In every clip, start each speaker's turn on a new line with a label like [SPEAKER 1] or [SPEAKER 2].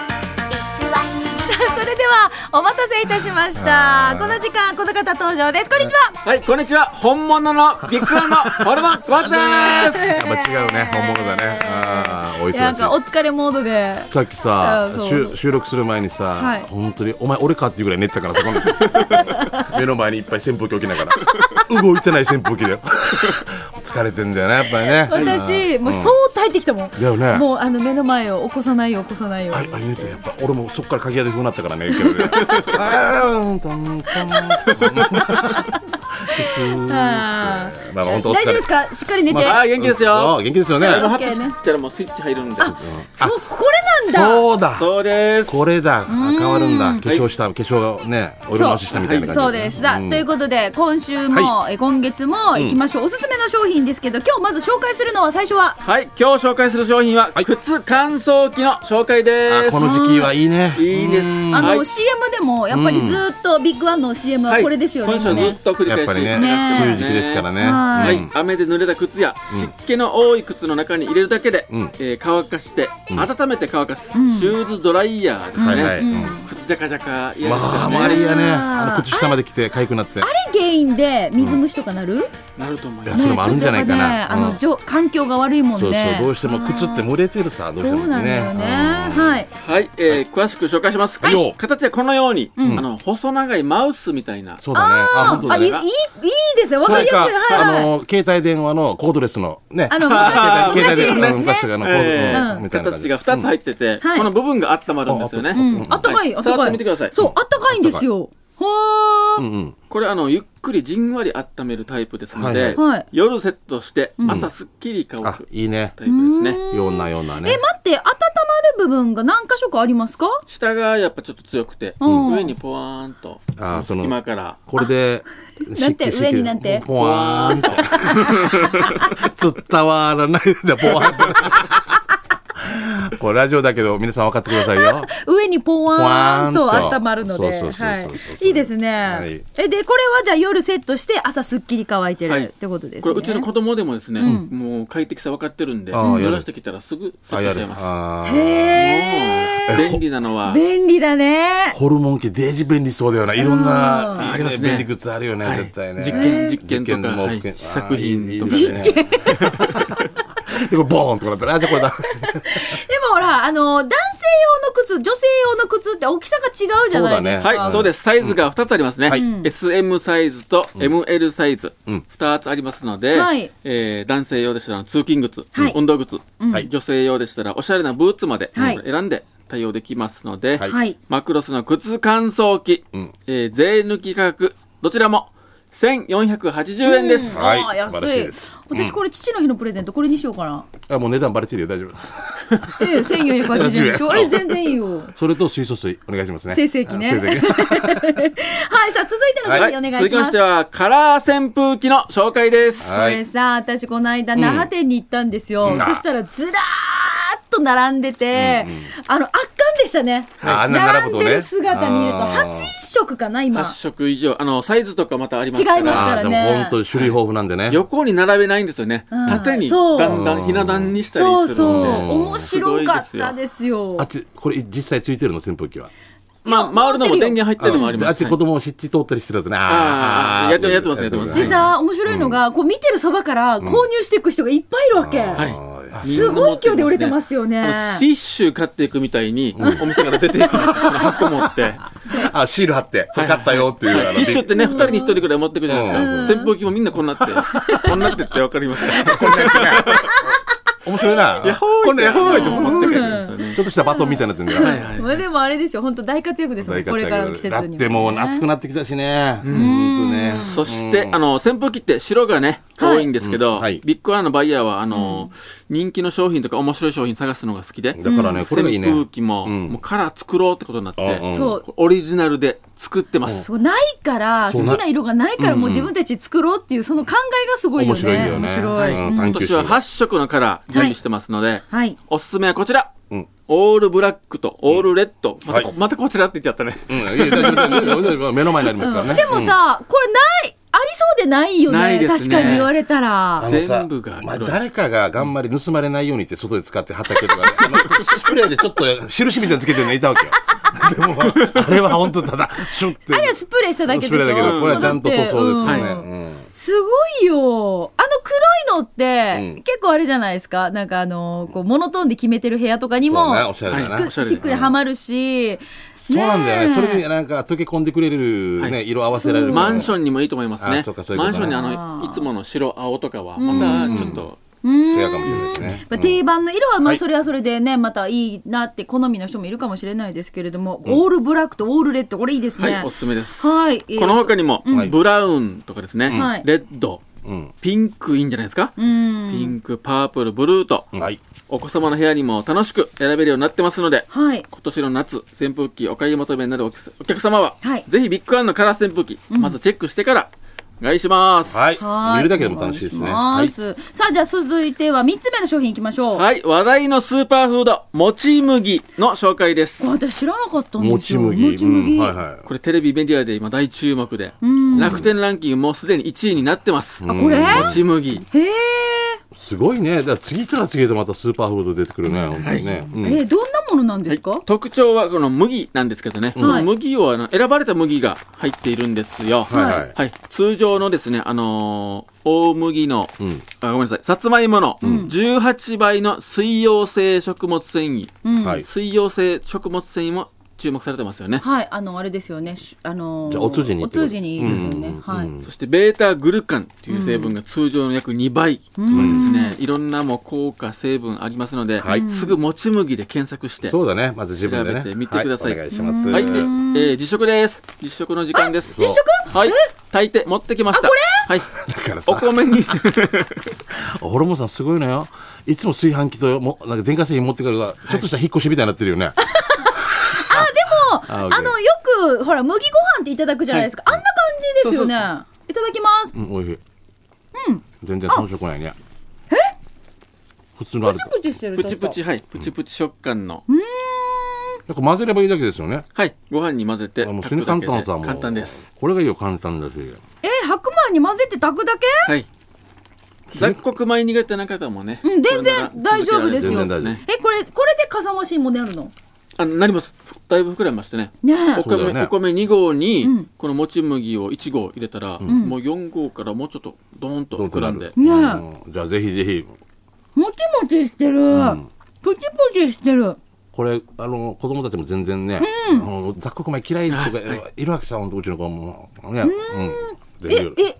[SPEAKER 1] さあそれではお待たせいたしましたこの時間この方登場ですこんにちは
[SPEAKER 2] はい、こんにちは。本物のビッグワンのホルモンゴ ツです。
[SPEAKER 3] やっぱ違うね、本物だね。ああ、お忙しい。
[SPEAKER 1] なんかお疲れモードで
[SPEAKER 3] さっき
[SPEAKER 1] あ
[SPEAKER 3] さ
[SPEAKER 1] そう
[SPEAKER 3] 収収録する前にさ、
[SPEAKER 1] はい
[SPEAKER 3] 本当にお前俺かっていうぐらい寝てたからさこの 目の前にいっぱい扇風機置きながら 動いてない扇風機だよ疲れてんだよねやっぱりね
[SPEAKER 1] 私もうそう耐えてきたもん、
[SPEAKER 3] だよね
[SPEAKER 1] もうあの目の前を起こさないよ起こさないよ、
[SPEAKER 3] あいあいねってやっぱ俺もそっから鍵屋で風になったからね今日 ねあーうんとんとん
[SPEAKER 1] あー
[SPEAKER 3] まあ本当お疲
[SPEAKER 1] 大
[SPEAKER 3] れ
[SPEAKER 1] 丈夫ですかしっかり寝て、
[SPEAKER 2] あー、元気です
[SPEAKER 3] あ
[SPEAKER 2] よ。
[SPEAKER 3] ー元気ですよね
[SPEAKER 2] でも
[SPEAKER 1] あ
[SPEAKER 2] ハッピー切ったらもうスイッチ入るんで。
[SPEAKER 1] そうこれなんだ
[SPEAKER 3] そうだ
[SPEAKER 2] そうです。
[SPEAKER 3] これだあ変わるんだ化粧した化粧ねお色直ししたみたいな感じ
[SPEAKER 1] そうですさあ、ということで今週も、え今月も行きましょう、おすすめの商品ですけど今日まず紹介するのは最初は
[SPEAKER 2] はい、今日紹介する商品は、靴乾燥機の紹介で
[SPEAKER 3] あ
[SPEAKER 2] す。
[SPEAKER 3] この時期はいいね
[SPEAKER 2] いいです。
[SPEAKER 1] あの、
[SPEAKER 2] はい
[SPEAKER 1] CM でもやっぱりずーっとビッグワンの CM は
[SPEAKER 2] はい
[SPEAKER 1] これですよね,、
[SPEAKER 2] 今週は
[SPEAKER 1] 今ね
[SPEAKER 2] ずっと繰り
[SPEAKER 3] やっ
[SPEAKER 2] 返
[SPEAKER 3] ぱ
[SPEAKER 2] し
[SPEAKER 3] りね、
[SPEAKER 1] ね
[SPEAKER 3] そういう時期ですからね。
[SPEAKER 1] は
[SPEAKER 2] はいい、雨で濡れた靴や湿気の多い靴の中に入れるだけで、
[SPEAKER 3] うん
[SPEAKER 2] えー乾かして、
[SPEAKER 3] ん
[SPEAKER 2] 温めて乾かす、
[SPEAKER 1] ん
[SPEAKER 2] シューズドライヤーですね、
[SPEAKER 3] はいはい。うん
[SPEAKER 2] 靴ジャカジャカいや
[SPEAKER 3] まあ、
[SPEAKER 2] ですね
[SPEAKER 3] 周りやね、
[SPEAKER 1] あー
[SPEAKER 3] あの靴下まで来て、かゆくなって。
[SPEAKER 1] あれ原因で水虫とかなる、ね
[SPEAKER 2] なると思い
[SPEAKER 3] い
[SPEAKER 2] ま
[SPEAKER 3] や
[SPEAKER 2] す
[SPEAKER 3] それもあるんじゃないか
[SPEAKER 1] ち
[SPEAKER 3] な
[SPEAKER 1] ょっとやっぱねあ
[SPEAKER 3] う
[SPEAKER 1] の
[SPEAKER 3] ん
[SPEAKER 1] じょ環境が悪いもん
[SPEAKER 3] そう
[SPEAKER 1] ね
[SPEAKER 3] そう、どうしても靴って蒸れてるさ、どうして
[SPEAKER 1] そ
[SPEAKER 3] も
[SPEAKER 1] うなんだよね、
[SPEAKER 3] うん
[SPEAKER 1] はい
[SPEAKER 2] はい、えー詳しく紹介します、
[SPEAKER 3] はいよ
[SPEAKER 2] 形はこのように、
[SPEAKER 1] うん
[SPEAKER 2] あの細長いマウスみたいな
[SPEAKER 3] そうだね。あ、本当
[SPEAKER 1] あ
[SPEAKER 3] だ
[SPEAKER 1] いいいい
[SPEAKER 3] ね。
[SPEAKER 1] いいですよわ
[SPEAKER 3] そ
[SPEAKER 1] か
[SPEAKER 3] れ
[SPEAKER 1] りや
[SPEAKER 3] か
[SPEAKER 1] すいはい、
[SPEAKER 3] あ
[SPEAKER 1] はい
[SPEAKER 3] の、携帯電話のコードレスの、ね。
[SPEAKER 1] あの
[SPEAKER 2] あー
[SPEAKER 1] 昔
[SPEAKER 3] 携帯
[SPEAKER 1] 昔
[SPEAKER 3] 電話の
[SPEAKER 1] ね
[SPEAKER 3] 昔とかのコ
[SPEAKER 2] え
[SPEAKER 3] ー
[SPEAKER 1] ー
[SPEAKER 3] ド
[SPEAKER 1] う
[SPEAKER 3] みたいな感
[SPEAKER 2] 形
[SPEAKER 3] じ。
[SPEAKER 2] が2つ入ってて、
[SPEAKER 1] はい
[SPEAKER 2] この部分が温まるんですよね、
[SPEAKER 1] うん、あったかい、
[SPEAKER 2] はい
[SPEAKER 1] あったかい。
[SPEAKER 2] 触ってみてください
[SPEAKER 1] そう、あったかいんですよ。はー
[SPEAKER 3] うんうん。
[SPEAKER 2] これあのゆっくりじんわり温めるタイプですので、
[SPEAKER 3] はい
[SPEAKER 1] はい
[SPEAKER 2] 夜セットして朝すっきり乾
[SPEAKER 3] あ
[SPEAKER 2] く、
[SPEAKER 3] いいね。
[SPEAKER 2] タイプですね、
[SPEAKER 3] ようなようなね
[SPEAKER 1] え、。待って、温まる部分が何箇所かありますか
[SPEAKER 2] 下がやっぱちょっと強くて、
[SPEAKER 1] うん
[SPEAKER 2] 上にポワーンと
[SPEAKER 3] あーその
[SPEAKER 2] 隙間から
[SPEAKER 3] これで、
[SPEAKER 1] なんて
[SPEAKER 3] 湿気して
[SPEAKER 1] 上になんて
[SPEAKER 3] ポワー ンと。伝わらないで、ポワー ンと。これラジオだけど、皆さん分かってくださいよ。
[SPEAKER 1] 上にポワーン
[SPEAKER 3] ポ
[SPEAKER 1] と
[SPEAKER 3] ワーンと
[SPEAKER 1] 温まるので。
[SPEAKER 3] そうそうそうそうそう
[SPEAKER 1] はいいいですね、
[SPEAKER 3] はい
[SPEAKER 1] え、で、これはじゃあ夜セットして朝すっきり乾いてる
[SPEAKER 2] はい
[SPEAKER 1] ってことです
[SPEAKER 2] こ
[SPEAKER 1] ね。
[SPEAKER 2] れうちの子供でもですね、
[SPEAKER 1] ん
[SPEAKER 2] もう快適さ分かってるんで
[SPEAKER 3] あーやる
[SPEAKER 2] 濡らしてきたらすぐセッ
[SPEAKER 3] あ、
[SPEAKER 2] ト
[SPEAKER 3] や
[SPEAKER 2] しちゃい
[SPEAKER 3] る。
[SPEAKER 2] ま
[SPEAKER 3] あー
[SPEAKER 1] へ
[SPEAKER 2] す
[SPEAKER 1] ー。
[SPEAKER 2] もう便利なのは
[SPEAKER 1] 便利だね。
[SPEAKER 3] ホルモン系デージ便利そうだよな。いろん
[SPEAKER 1] う
[SPEAKER 3] な、
[SPEAKER 2] ん
[SPEAKER 3] い
[SPEAKER 2] あ
[SPEAKER 3] い
[SPEAKER 2] り
[SPEAKER 3] ね
[SPEAKER 2] ますね
[SPEAKER 3] 便利グッズあるよね、
[SPEAKER 2] はい
[SPEAKER 3] 絶対ね。
[SPEAKER 2] 実験
[SPEAKER 3] うん
[SPEAKER 2] 実験とか
[SPEAKER 3] も
[SPEAKER 2] はい
[SPEAKER 3] 含め
[SPEAKER 2] 試作品とか
[SPEAKER 3] あーいいいいですねで、これボーンとかだったら、あ、じゃあこれだ。
[SPEAKER 1] でもほら、あの、男性用の靴、女性用の靴って大きさが違うじゃないですか。
[SPEAKER 3] そうだね
[SPEAKER 2] はいそうですサイズが2つありますね、
[SPEAKER 3] はい
[SPEAKER 2] SM サイズと ML サイズ、
[SPEAKER 3] うん
[SPEAKER 2] 2つありますので、
[SPEAKER 1] はい
[SPEAKER 2] えー男性用でしたら通勤靴、
[SPEAKER 1] はい
[SPEAKER 2] 運動靴、
[SPEAKER 3] ん
[SPEAKER 2] 女性用でしたらおしゃれなブーツまで
[SPEAKER 1] はい
[SPEAKER 2] 選んで対応できますので、
[SPEAKER 3] はい
[SPEAKER 1] はい。
[SPEAKER 2] マクロスの靴乾燥機、
[SPEAKER 3] うん
[SPEAKER 2] えー税抜き価格どちらも1480円です、
[SPEAKER 3] はい
[SPEAKER 1] あー安
[SPEAKER 3] 素晴らしいです
[SPEAKER 1] 私これ父の日のプレゼントこれにしようか な。
[SPEAKER 3] あ、もう値段バレてるよ、大丈夫。
[SPEAKER 1] ええ1480円でしょ。ええ全然いいよ。
[SPEAKER 3] それと水素水、お願いしますね。
[SPEAKER 1] 成績ね
[SPEAKER 3] あ成績
[SPEAKER 1] はい、さあ続いての商
[SPEAKER 2] はい
[SPEAKER 1] 品お願いします。
[SPEAKER 2] 続きましてはカラー扇風機の紹介です、
[SPEAKER 3] は
[SPEAKER 1] これさ、私この間那覇店に行ったんですよ。
[SPEAKER 3] うん
[SPEAKER 1] そしたらずらーっと並んでて、あの圧巻でしたね。
[SPEAKER 3] ああんな並
[SPEAKER 1] 並
[SPEAKER 3] ぶ
[SPEAKER 1] ん
[SPEAKER 3] と
[SPEAKER 1] で
[SPEAKER 3] ね
[SPEAKER 1] る姿見ると
[SPEAKER 3] あー
[SPEAKER 1] 八色かな今。
[SPEAKER 2] 8色以上あのサイズとかまたありますから
[SPEAKER 1] 違いますから
[SPEAKER 3] あーでも本当に種類豊富なんでね。
[SPEAKER 2] 横に並べないんですよね、
[SPEAKER 1] うん
[SPEAKER 2] 縦に
[SPEAKER 1] そう
[SPEAKER 2] だんだんひな壇にしたり
[SPEAKER 1] そう
[SPEAKER 2] す
[SPEAKER 1] そ
[SPEAKER 2] る
[SPEAKER 1] う、
[SPEAKER 2] ので
[SPEAKER 1] 面白かっ
[SPEAKER 2] すご
[SPEAKER 1] た
[SPEAKER 2] いで
[SPEAKER 1] ですよ
[SPEAKER 3] あっ。ち、これ実際ついてるの、扇風機は。
[SPEAKER 2] すよまあ回るのも電源入ってるのもあり
[SPEAKER 3] であ
[SPEAKER 2] ま
[SPEAKER 3] っ
[SPEAKER 2] す
[SPEAKER 3] ち
[SPEAKER 2] はい
[SPEAKER 3] 子供を知って通ったりしてるやつね。
[SPEAKER 2] あー
[SPEAKER 3] ー
[SPEAKER 2] やってやってますねやってます
[SPEAKER 1] でさ、面白いのが、こう見てるそばから購入していく人がいっぱいいるわけ。
[SPEAKER 2] はい
[SPEAKER 3] はい
[SPEAKER 1] すごい勢いで売れてますよね。
[SPEAKER 2] シッシュ買っていくみたいに、お店から出ていく箱持って。
[SPEAKER 3] あ、シール貼って、これ買ったよっていう。あの
[SPEAKER 2] シッシュってね、二人に一人ぐらい持ってくじゃないですか。
[SPEAKER 1] うん
[SPEAKER 2] 扇風機もみんなこんなって、こんなってってわかり ますか
[SPEAKER 3] 面白いな。
[SPEAKER 2] やっほーい
[SPEAKER 3] こんなやっほーいと
[SPEAKER 2] 持
[SPEAKER 3] 思
[SPEAKER 2] っ
[SPEAKER 3] ってて
[SPEAKER 2] くる
[SPEAKER 3] くる。
[SPEAKER 2] んですよね
[SPEAKER 3] ちょ。っとしたバトンみたいなやつに。
[SPEAKER 2] はいはい。
[SPEAKER 1] まあでもあれですよ、本当大活躍ですもん、
[SPEAKER 3] 大活
[SPEAKER 1] こ
[SPEAKER 3] 躍
[SPEAKER 1] れからの季節にも、
[SPEAKER 3] だってもう夏くなってきたしね。本当ね。
[SPEAKER 2] そして、
[SPEAKER 3] うん
[SPEAKER 2] あの、扇風機って白がね、
[SPEAKER 1] はい
[SPEAKER 2] 多いんですけど、
[SPEAKER 3] うんはい
[SPEAKER 2] ビッグワンのバイヤーは、あの、人気の商品とか面白い商品探すのが好きで、
[SPEAKER 3] だからね、これがいいね。
[SPEAKER 2] 扇風機も、
[SPEAKER 3] うん
[SPEAKER 2] もうカラー作ろうってことになって、
[SPEAKER 3] うんうん
[SPEAKER 1] そう
[SPEAKER 2] オリジナルで作ってます。
[SPEAKER 1] そうないから、
[SPEAKER 3] そう
[SPEAKER 1] 好
[SPEAKER 3] な
[SPEAKER 1] きな色がないから、もう自分たち作ろうっていう、その考えがすごいよね。
[SPEAKER 3] 面白いんだよね。
[SPEAKER 1] 面白い
[SPEAKER 3] うん
[SPEAKER 2] 今
[SPEAKER 3] 探求
[SPEAKER 2] 年
[SPEAKER 3] 心
[SPEAKER 2] は
[SPEAKER 3] が
[SPEAKER 2] 8色のカラー準備してますので、
[SPEAKER 1] はい。
[SPEAKER 2] おすすめはこちら、
[SPEAKER 3] うん
[SPEAKER 2] オールブラックとオールレッド、またこ
[SPEAKER 3] はい
[SPEAKER 2] またこちらって言っちゃったね。
[SPEAKER 3] うんいや大丈夫大丈夫大丈夫目の前になりますからね。
[SPEAKER 1] でもさ、これない、ありそうでないよ
[SPEAKER 2] ない
[SPEAKER 1] ね
[SPEAKER 2] です
[SPEAKER 1] 確か
[SPEAKER 2] ね
[SPEAKER 1] に言われたら
[SPEAKER 3] あのさ
[SPEAKER 2] 全部が
[SPEAKER 3] まあ、
[SPEAKER 2] 黒い
[SPEAKER 3] 誰かが頑張り盗まれないようにって外で使って 畑とかね、あのスプレーでちょっと印みたいにつけてるのいたわけよ。でも、あれは本当ただ、シュッて。
[SPEAKER 1] あれはスプレーしただけでしょ
[SPEAKER 3] スプレーだけど、これはちゃんと塗装ですからね。
[SPEAKER 1] だって
[SPEAKER 3] う
[SPEAKER 1] うん
[SPEAKER 3] ん
[SPEAKER 1] すごいよあの黒いのって、
[SPEAKER 3] うん
[SPEAKER 1] 結構あれじゃないですかなんかあのこうモノトーンで決めてる部屋とかに
[SPEAKER 3] そう
[SPEAKER 1] も
[SPEAKER 3] ねおしゃれだな
[SPEAKER 1] しっ
[SPEAKER 2] お
[SPEAKER 1] く
[SPEAKER 2] しゃれだな
[SPEAKER 1] しっくりはまるし、
[SPEAKER 3] そうなんだよ
[SPEAKER 1] え
[SPEAKER 3] ね。それになんか溶け込んでくれる、
[SPEAKER 2] は
[SPEAKER 3] ね、
[SPEAKER 2] い
[SPEAKER 3] 色合わせられる。
[SPEAKER 2] マンショ
[SPEAKER 3] ン。
[SPEAKER 2] ンにもいいと思います
[SPEAKER 3] あ
[SPEAKER 2] ね
[SPEAKER 3] そうかそういうこ
[SPEAKER 2] マ
[SPEAKER 3] と
[SPEAKER 2] ン
[SPEAKER 3] ね
[SPEAKER 2] ションにあのいつもの白青とかはまたちょっと
[SPEAKER 1] うん
[SPEAKER 3] そうやかもしれないですね。
[SPEAKER 1] まあ、定番の色はま
[SPEAKER 2] は
[SPEAKER 1] あ
[SPEAKER 2] い
[SPEAKER 1] それはそれでね、またいいなって好みの人もいるかもしれないですけれども、オールブラックとオールレッドこれいいです
[SPEAKER 2] はい、
[SPEAKER 1] ね。
[SPEAKER 2] おすすめです。
[SPEAKER 1] はいえー
[SPEAKER 2] この他にも、
[SPEAKER 3] ん
[SPEAKER 2] ブラウンとかですね、
[SPEAKER 1] はい
[SPEAKER 2] レッド、
[SPEAKER 3] うん。
[SPEAKER 2] ピンクいいんじゃないですか、
[SPEAKER 1] うん
[SPEAKER 2] ピンク、パープル、ブルーと、
[SPEAKER 3] うんはい。
[SPEAKER 2] お子様の部屋にも楽しく選べるようになってますので、
[SPEAKER 1] はい
[SPEAKER 2] 今年の夏、扇風機お買い求めになるお客お客様は、
[SPEAKER 1] はい
[SPEAKER 2] ぜひビッグワンのカラー扇風機、まずチェックしてから、お願いします。
[SPEAKER 3] はい。
[SPEAKER 1] はい
[SPEAKER 3] 見るだけでも楽しいですね。
[SPEAKER 1] お願いしますさあじゃあ続いては三つ目の商品いきましょう。
[SPEAKER 2] はい話題のスーパーフード、もち麦の紹介です。
[SPEAKER 1] 私知らなかったん
[SPEAKER 3] も
[SPEAKER 1] です
[SPEAKER 3] ち
[SPEAKER 1] よ。
[SPEAKER 3] 麦。
[SPEAKER 1] もち麦。
[SPEAKER 3] うんはいはい。
[SPEAKER 2] これテレビメディアで今大注目で、
[SPEAKER 1] ん
[SPEAKER 2] 楽天ランキングもうすでに1位になってます。
[SPEAKER 1] あこれ？
[SPEAKER 2] もち麦。
[SPEAKER 1] へえ。
[SPEAKER 3] すごいね。だから次から次へとまたスーパーフード出てくるね。本当にね。うん
[SPEAKER 1] えーどんなものなんですか？
[SPEAKER 2] 特徴はこの麦なんですけどね、この麦をあの選ばれた麦が入っているんですよ。
[SPEAKER 3] はいは。
[SPEAKER 1] はい
[SPEAKER 2] はい、通常のですね、あのー大麦の、
[SPEAKER 3] うん。
[SPEAKER 2] あごめんなさい、さつまいもの18倍の水溶性食物繊維、
[SPEAKER 1] うん。
[SPEAKER 3] は
[SPEAKER 1] はいい。
[SPEAKER 2] 水溶性食物繊維も注目されてますよね。
[SPEAKER 1] あのあれですよね。しあのー
[SPEAKER 3] じゃあお通じに
[SPEAKER 1] お
[SPEAKER 3] ってこと
[SPEAKER 1] 通じにいいですよね。
[SPEAKER 3] うん
[SPEAKER 1] はい。
[SPEAKER 3] うん
[SPEAKER 2] そして、ベータグルカンという成分が通常の約2倍とかですね、いろんなもう効果成分ありますので、
[SPEAKER 3] はい
[SPEAKER 2] すぐもち麦で検索して、
[SPEAKER 3] そうだね。まず自分でね。
[SPEAKER 2] 調べてみてください
[SPEAKER 3] はお願いします。
[SPEAKER 2] はい、でえー実食です。実食の時間です。
[SPEAKER 1] 実食？
[SPEAKER 2] はい、炊いて持ってきました。
[SPEAKER 1] あこ
[SPEAKER 2] はい、
[SPEAKER 3] だから
[SPEAKER 2] お
[SPEAKER 3] さ、
[SPEAKER 2] 米に。
[SPEAKER 3] ホルモンさんすごいのよ。いつも炊飯器ともなんか電化製品持ってくるから、ちょっとした引っ越しみたいになってるよね。
[SPEAKER 1] あで
[SPEAKER 3] あ
[SPEAKER 1] も
[SPEAKER 3] OK
[SPEAKER 1] あのよくほら麦ご飯っていただくじゃないですか。あんな感じですよね。い
[SPEAKER 2] そう
[SPEAKER 1] ただきます。
[SPEAKER 3] うん、おいしい。全然遜色ないね。え普通のあれと。
[SPEAKER 1] プチプチしてる
[SPEAKER 2] プチプチ、はい、プチプチ食感の。
[SPEAKER 3] なんか混ぜればいいだけですよね。
[SPEAKER 2] はい、ご飯に混ぜて
[SPEAKER 3] あもう死
[SPEAKER 2] 炊
[SPEAKER 3] に
[SPEAKER 2] くだけ
[SPEAKER 3] 簡単
[SPEAKER 2] で
[SPEAKER 3] さもう。
[SPEAKER 2] 簡単です。
[SPEAKER 3] これがいいよ、簡単だし。
[SPEAKER 1] えー白米に混ぜて炊くだけ
[SPEAKER 2] はい。雑穀米苦手な方もね。
[SPEAKER 1] うん全然
[SPEAKER 2] これなら続けられ
[SPEAKER 1] 大
[SPEAKER 2] る
[SPEAKER 1] 丈夫ですよ
[SPEAKER 3] 全然大丈夫
[SPEAKER 2] ね
[SPEAKER 1] えこれこれでかさ増しも出るの
[SPEAKER 2] あ、なります。だいぶ膨らみましてね。
[SPEAKER 1] ね
[SPEAKER 2] お
[SPEAKER 1] え
[SPEAKER 3] そ
[SPEAKER 2] 米、
[SPEAKER 3] うだよね
[SPEAKER 2] お米2合に
[SPEAKER 1] うん、
[SPEAKER 2] このもち麦を1合入れたら、もう4合からもうちょっと、ドーンと膨らんで。
[SPEAKER 1] ねえ
[SPEAKER 3] うんじゃあぜひぜひ。
[SPEAKER 1] もちもちしてる、
[SPEAKER 3] ん
[SPEAKER 1] プチプチしてる
[SPEAKER 3] これあの子供たちも全然ね、あの雑穀米嫌いとかいるわけさ、ほんとうちの子もね、うん、
[SPEAKER 1] え
[SPEAKER 3] で
[SPEAKER 1] え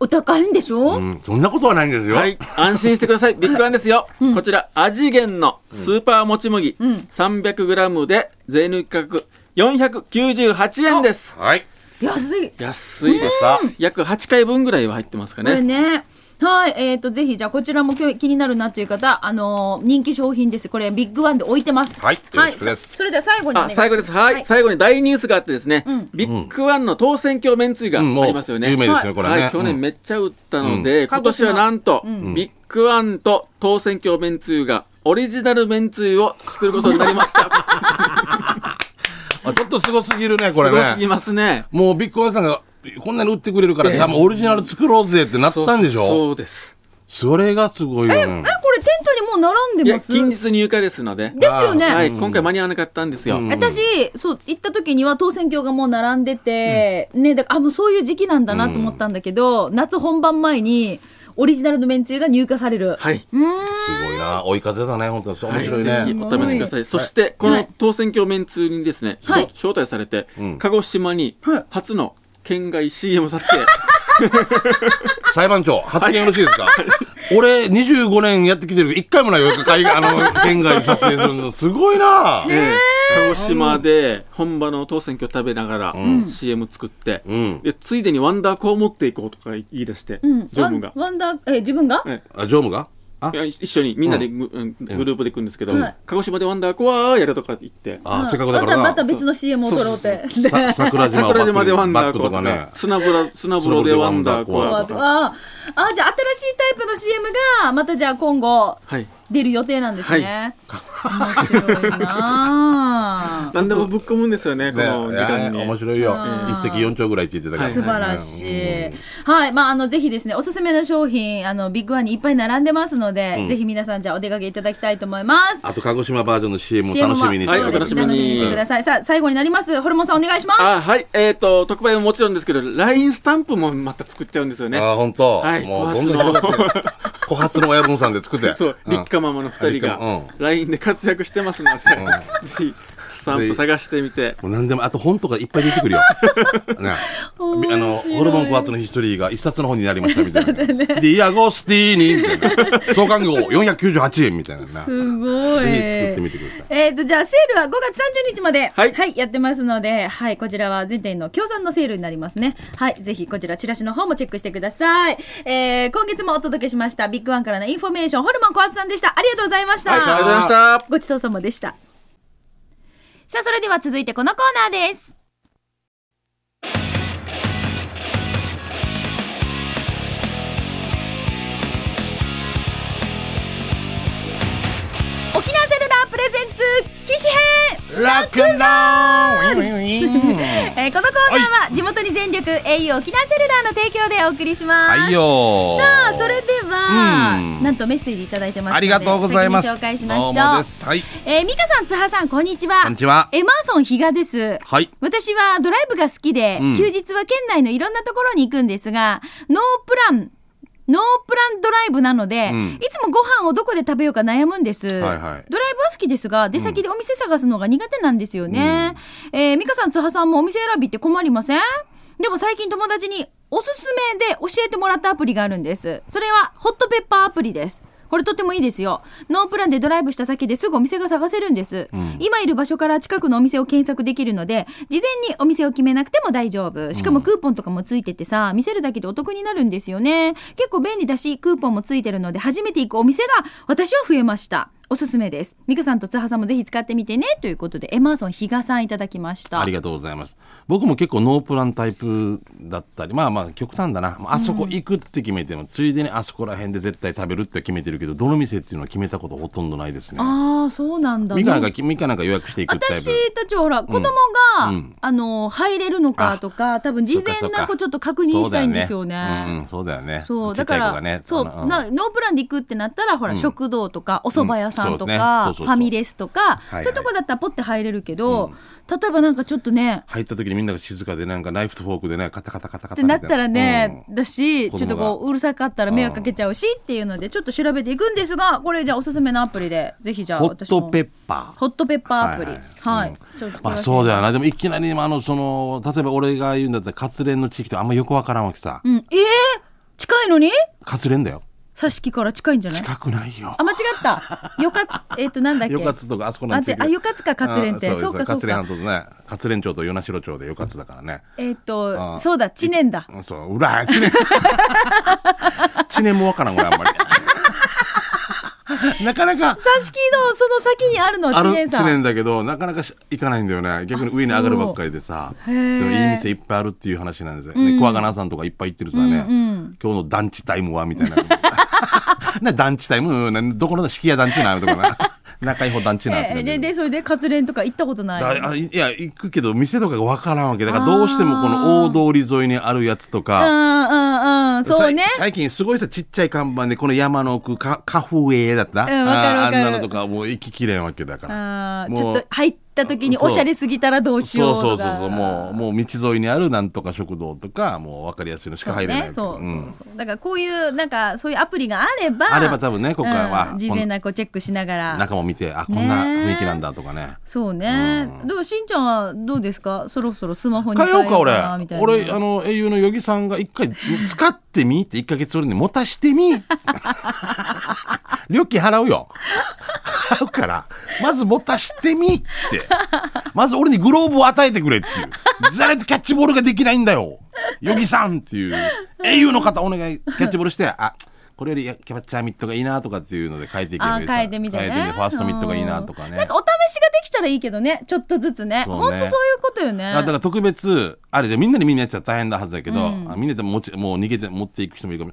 [SPEAKER 1] お高いんでしょ、
[SPEAKER 3] うん、そんなことはないんですよ。
[SPEAKER 2] はい、安心してください。ビッグワンですよ。こちら、味源のスーパーもち麦、
[SPEAKER 1] うん
[SPEAKER 2] 300g で税抜き価格498円です。
[SPEAKER 3] はい。
[SPEAKER 1] 安い
[SPEAKER 2] 安いです。約8回分ぐらいは入ってますか
[SPEAKER 1] これ
[SPEAKER 2] ね。
[SPEAKER 1] ねはいえー、とぜひじゃあこちらも今日気になるなという方、あのー人気商品ですこれビッグワンで置いてます
[SPEAKER 3] はいよろしくです
[SPEAKER 1] そそれでは最後にお願
[SPEAKER 2] あ、
[SPEAKER 1] いします
[SPEAKER 2] 最後です。はい。最後に大ニュースがあってですね、
[SPEAKER 1] ん
[SPEAKER 2] ビッグワンの当選挙めんつゆがあ
[SPEAKER 3] うん、もう
[SPEAKER 2] りますよね。
[SPEAKER 3] 有名ですね、これ
[SPEAKER 2] は
[SPEAKER 3] ね
[SPEAKER 2] い、。去年
[SPEAKER 3] うん
[SPEAKER 2] めっちゃ売ったので、今年はなんと、ビッグワンと当選挙めんつゆがオリジナルめんつゆを作ることになりました。
[SPEAKER 3] あちょっとすごすぎるね、 こ
[SPEAKER 2] す
[SPEAKER 3] れ
[SPEAKER 2] ごすぎ
[SPEAKER 3] ね。
[SPEAKER 2] ますね。
[SPEAKER 3] もうビッグワンさんがこんなに売ってくれるから、じゃあもうオリジナル作ろうぜってなったんでし
[SPEAKER 2] そう
[SPEAKER 3] ょ
[SPEAKER 2] そうです。
[SPEAKER 3] それがすごいよね
[SPEAKER 1] え。これテントにもう並ん
[SPEAKER 2] い
[SPEAKER 1] で
[SPEAKER 2] や、
[SPEAKER 1] ます
[SPEAKER 2] 近日入荷ですので。
[SPEAKER 1] ですよね、
[SPEAKER 2] はい、今回間に合わなかったんですよ。
[SPEAKER 3] うん
[SPEAKER 1] 私、そう、行った時には当選票がもう並んでて、ね、だから、あ、もうそういう時期なんだなと思ったんだけど、夏本番前に、オリジナルのめんつゆが入荷される。
[SPEAKER 2] は
[SPEAKER 1] うー
[SPEAKER 2] い。
[SPEAKER 1] ん。
[SPEAKER 3] すごいな。追い風だね、本当に。面白い
[SPEAKER 2] ぜひ
[SPEAKER 3] ね。
[SPEAKER 2] お試しください。そして、こ
[SPEAKER 1] は
[SPEAKER 2] の
[SPEAKER 1] い
[SPEAKER 2] 当選挙メンツにですね、
[SPEAKER 1] はい
[SPEAKER 2] 招招待されて
[SPEAKER 3] うん、
[SPEAKER 2] 鹿児島に
[SPEAKER 1] はい
[SPEAKER 2] 初の県外 CM 撮影。
[SPEAKER 3] 裁判長、発言よろしいですか俺、25年やってきてるけど、一回もないよ。海外あの、県外で撮影するの。すごいな。
[SPEAKER 2] ええ鹿児島で本場の当選挙食べながら CM 作って、
[SPEAKER 3] うん。
[SPEAKER 2] でついでにワンダーコを持っていこうとか言い出して、
[SPEAKER 1] うん。
[SPEAKER 2] 常務が。
[SPEAKER 1] ワンワンダー、え、自分が、
[SPEAKER 2] え
[SPEAKER 3] あ、常務があ
[SPEAKER 2] いや一緒にみんなでグ,うん、グループで行くんですけど、
[SPEAKER 1] はい
[SPEAKER 2] 鹿児島でワンダーコはやるとか言って、
[SPEAKER 3] あ、
[SPEAKER 1] うん
[SPEAKER 3] せっかくだか
[SPEAKER 1] また、ま
[SPEAKER 3] ら
[SPEAKER 1] た
[SPEAKER 3] な。
[SPEAKER 1] 別の CM を撮ろうって。
[SPEAKER 3] さ桜島
[SPEAKER 2] 桜島でワン
[SPEAKER 3] バ
[SPEAKER 2] ダ
[SPEAKER 3] ッ
[SPEAKER 2] ー
[SPEAKER 3] ク
[SPEAKER 2] コ
[SPEAKER 3] と
[SPEAKER 2] と
[SPEAKER 3] かね
[SPEAKER 2] か、。砂風呂砂風呂でワンダーコ
[SPEAKER 3] 砂
[SPEAKER 2] と
[SPEAKER 3] 風
[SPEAKER 2] か、
[SPEAKER 1] あああ、じゃあ新しいタイプの CM が、またじゃあ今後、
[SPEAKER 2] はい、
[SPEAKER 1] 出る予定なんですね。面白いなあ
[SPEAKER 2] 何でもぶっ込むんですよね、こ
[SPEAKER 3] ね、
[SPEAKER 2] の時間
[SPEAKER 3] い
[SPEAKER 2] に。
[SPEAKER 3] や面白い
[SPEAKER 1] う
[SPEAKER 3] よ
[SPEAKER 1] ん
[SPEAKER 3] 一石四鳥ぐらいって言ってたから
[SPEAKER 1] 素晴らしい。はい。まあ、あの、ぜひですね、おすすめの商品、あの、ビッグワンにいっぱい並んでますので、ぜひ皆さん、じゃあお出かけいただきたいと思います。
[SPEAKER 3] あと鹿児島バージョンの CM も楽しみにして
[SPEAKER 2] はい
[SPEAKER 1] そう
[SPEAKER 2] お
[SPEAKER 1] で
[SPEAKER 2] 楽
[SPEAKER 1] す
[SPEAKER 2] しみに
[SPEAKER 1] 楽しみにしてください。さあ、最後になります。ホルモンさん、お願いします。
[SPEAKER 2] あはい、えっ、と、特売ももちろんですけど、LINE スタンプもまた作っちゃうんですよね。
[SPEAKER 3] ああ、本当。
[SPEAKER 2] はい
[SPEAKER 3] もうどんどん広がってる。小発の親分さんで作って。
[SPEAKER 2] そう、
[SPEAKER 3] ん
[SPEAKER 2] リッカママの二人
[SPEAKER 3] う
[SPEAKER 2] が
[SPEAKER 3] ん、
[SPEAKER 2] LINE で活躍してますので、 ぜひ、スタンプ探してみて。
[SPEAKER 3] もう何でも、あと本とかいっぱい出てくるよ。ね、
[SPEAKER 1] 面白い
[SPEAKER 3] あの、ホルモン小発のヒストリーが一冊の本になりましたみたいな。ディアゴスティーニみたいな。創刊号498円みたいなな。ぜ
[SPEAKER 1] すごい。
[SPEAKER 3] ひ作ってみてください。
[SPEAKER 1] えー、とじゃあセールは5月30日まで、は
[SPEAKER 2] はいい
[SPEAKER 1] やってますので、はい、こちらは全店の協賛のセールになりますね、はい、ぜひこちらチラシの方もチェックしてください、えー今月もお届けしましたビッグワンからのインフォメーションホルモン小松さんでしたありがとうございました、
[SPEAKER 2] はい、ありがとうございました。
[SPEAKER 1] ごちそうさまでしたさあそれでは続いてこのコーナーです沖縄セルラープレゼンツ機種編
[SPEAKER 3] ラックンローン
[SPEAKER 1] えーこのコーナーは地元に全力 au 沖縄セルラーの提供でお送りします。
[SPEAKER 3] はいよ
[SPEAKER 1] さあそれでは、
[SPEAKER 3] うん
[SPEAKER 1] なんとメッセージいただいてますので
[SPEAKER 3] ありがとうございます。
[SPEAKER 1] 先に紹介しましょう。
[SPEAKER 3] どもですはい。
[SPEAKER 1] えー、美香さん、津波さん、こんにちは。
[SPEAKER 3] こんにちは
[SPEAKER 1] エマーソン比嘉です。
[SPEAKER 3] はい。
[SPEAKER 1] 私はドライブが好きで、
[SPEAKER 3] うん
[SPEAKER 1] 休日は県内のいろんなところに行くんですが、ノープラン、ノープランドライブなので、
[SPEAKER 3] うん
[SPEAKER 1] いつもご飯をどこで食べようか悩むんです。
[SPEAKER 3] はいは
[SPEAKER 1] ド
[SPEAKER 3] い
[SPEAKER 1] ライブは好きですが、出先でお店探すのが苦手なんですよね。えー、美香さん、津波さんもお店選びって困りませんでも最近友達におすすめで教えてもらったアプリがあるんです。それは、ホットペッパーアプリです。これとてもいいですよ。ノープランでドライブした先ですぐお店が探せるんです。今いる場所から近くのお店を検索できるので、事前にお店を決めなくても大丈夫。しかもクーポンとかもついててさ、見せるだけでお得になるんですよね。結構便利だし、クーポンもついてるので、初めて行くお店が私は増えました。おすすめです。ミカさんとツハさんもぜひ使ってみてね。ということで、エマーソン比嘉さんいただきました。
[SPEAKER 3] ありがとうございます。僕も結構ノープランタイプだったり、まあまあ極端だな。まああそこ行くって決めても、ついでにあそこら辺で絶対食べるって決めてるけど、どの店っていうのは決めたことほとんどないですね。
[SPEAKER 1] ああ、そうなんだ。
[SPEAKER 3] ミカなんか、ミカなんか予約していくタイプ。
[SPEAKER 1] 私たちはほら子供が、あの入れるのかとか多分事前なこうちょっと確認したいんですよね。
[SPEAKER 3] そうだよね。うん
[SPEAKER 1] そう
[SPEAKER 3] うんそう
[SPEAKER 1] だ
[SPEAKER 3] だ
[SPEAKER 1] か
[SPEAKER 3] よね。ちっちゃい子
[SPEAKER 1] ら、そう
[SPEAKER 3] がねあのうん
[SPEAKER 1] なノープランで行くってなったらほら、食堂とかお蕎麦屋さんと
[SPEAKER 3] う
[SPEAKER 1] か、
[SPEAKER 3] んそうですねそうそうそう
[SPEAKER 1] ファミレスとか、
[SPEAKER 3] いはい
[SPEAKER 1] そういうとこだったらポッて入れるけど、例えばなんかちょっとね
[SPEAKER 3] 入った時にみんなが静かでなんかナイフとフォークでね、カタカタカタカ
[SPEAKER 1] っ
[SPEAKER 3] タ
[SPEAKER 1] て
[SPEAKER 3] み
[SPEAKER 1] な
[SPEAKER 3] たい
[SPEAKER 1] ったらね、
[SPEAKER 3] うん
[SPEAKER 1] だし
[SPEAKER 3] 子
[SPEAKER 1] ちょ
[SPEAKER 3] 供
[SPEAKER 1] っ
[SPEAKER 3] が
[SPEAKER 1] とこううるさかったら迷惑かけちゃうしっていうのでちょっと調べていくんですがこれじゃあおすすめのアプリでぜひじゃあ
[SPEAKER 3] ホッ
[SPEAKER 1] 私も
[SPEAKER 3] トペッパー。
[SPEAKER 1] ホットペッパーアプリはい、
[SPEAKER 3] うん
[SPEAKER 1] ちょっとこれ
[SPEAKER 3] ま
[SPEAKER 1] は
[SPEAKER 3] あそうだよな。でもいきなり、あの、その、例えば俺が言うんだったら、活連の地域とあんまよくわからんわけさ。
[SPEAKER 1] うん、ええ近いのに
[SPEAKER 3] 活連だよ。
[SPEAKER 1] 挿し木から近いんじゃない
[SPEAKER 3] 近くないよ
[SPEAKER 1] あ、。間違った。よか つ、えっ、と、なんだっけ。
[SPEAKER 3] よかつとか、あそこなん
[SPEAKER 1] あであよかつか勝連って
[SPEAKER 3] あ
[SPEAKER 1] そうかそうか
[SPEAKER 3] 勝連半島とね、勝連町と与那城町でよかつだからね。
[SPEAKER 1] えっ、と、
[SPEAKER 3] あ
[SPEAKER 1] そうだ、知念だ。
[SPEAKER 3] うんそう、うら、知念。 知念もわからん、俺あんまり。 なかなか、
[SPEAKER 1] 挿し木のその先にあるのは
[SPEAKER 3] あ
[SPEAKER 1] 知
[SPEAKER 3] る
[SPEAKER 1] 念さ
[SPEAKER 3] 知
[SPEAKER 1] ん。
[SPEAKER 3] 念だけど、なかなかし行かないんだよね。逆に上に上がるばっかりでさ。で
[SPEAKER 1] へ
[SPEAKER 3] もいい店いっぱいあるっていう話なんですよ。ね、小若菜さんとかいっぱい行ってるさね。今日の団地タイムはみたいな。 な、団地タイム、などこの式屋団地なとかな。 中井穂団地なって
[SPEAKER 1] え
[SPEAKER 3] な
[SPEAKER 1] ー
[SPEAKER 3] ん
[SPEAKER 1] で、
[SPEAKER 3] だけど
[SPEAKER 1] で、それで勝連とか行ったことない。
[SPEAKER 3] だあいや行くけど店とかが分からんわけだからどうしてもこの大通り沿いにあるやつと
[SPEAKER 1] う
[SPEAKER 3] か
[SPEAKER 1] んうんうん、そうね
[SPEAKER 3] さい。最近すごいさちっちゃい看板でこの山の奥かカフェだっ
[SPEAKER 1] う
[SPEAKER 3] た、
[SPEAKER 1] んわかる
[SPEAKER 3] あ
[SPEAKER 1] わ
[SPEAKER 3] あん
[SPEAKER 1] かる
[SPEAKER 3] なのとかもう行ききれんわけだから
[SPEAKER 1] あー
[SPEAKER 3] もう
[SPEAKER 1] ちょっと入った時に
[SPEAKER 3] そ
[SPEAKER 1] お
[SPEAKER 3] う
[SPEAKER 1] しゃれすぎたらどうしよう
[SPEAKER 3] そ
[SPEAKER 1] と
[SPEAKER 3] うそうそう
[SPEAKER 1] か。
[SPEAKER 3] そうもうもう道沿いにあるなんとか食堂とかもう分かりやすいのしか入れないわ
[SPEAKER 1] ね、
[SPEAKER 3] け
[SPEAKER 1] そう
[SPEAKER 3] うん
[SPEAKER 1] そうそう。だからこういう、なんか、そういうアプリがあれば、
[SPEAKER 3] あれば多分ねここはわ
[SPEAKER 1] うん事前なこうチェックしながら。
[SPEAKER 3] 中も見てあこんな雰囲気なんだとかね
[SPEAKER 1] そうね。でもしんちゃんはどうですかそろそろスマホに
[SPEAKER 3] 変えようか俺
[SPEAKER 1] なみたいな。
[SPEAKER 3] 俺あの英雄の余儀さんが一回使ってみって一ヶ月俺に持たし てみ料金払うよ払うからまず持たしてみってまず俺にグローブを与えてくれっていうじゃないとキャッチボールができないんだよ余儀さんっていう英雄の方お願いキャッチボールしてあこれよりキャッチャーミットがいいなとかっていうので変えていけば
[SPEAKER 1] あ
[SPEAKER 3] いいさ
[SPEAKER 1] 変えてみてね。
[SPEAKER 3] 変えてみファーストミットがいいなとかね
[SPEAKER 1] なんかお試しができたらいいけどね。ちょっとずつね。
[SPEAKER 3] そうね
[SPEAKER 1] ほんとそういうことよね。
[SPEAKER 3] あだから特別あれでみんなにみんなやってたら大変なはずだけど、あみんなでもちもう逃げて持っていく人もいるかも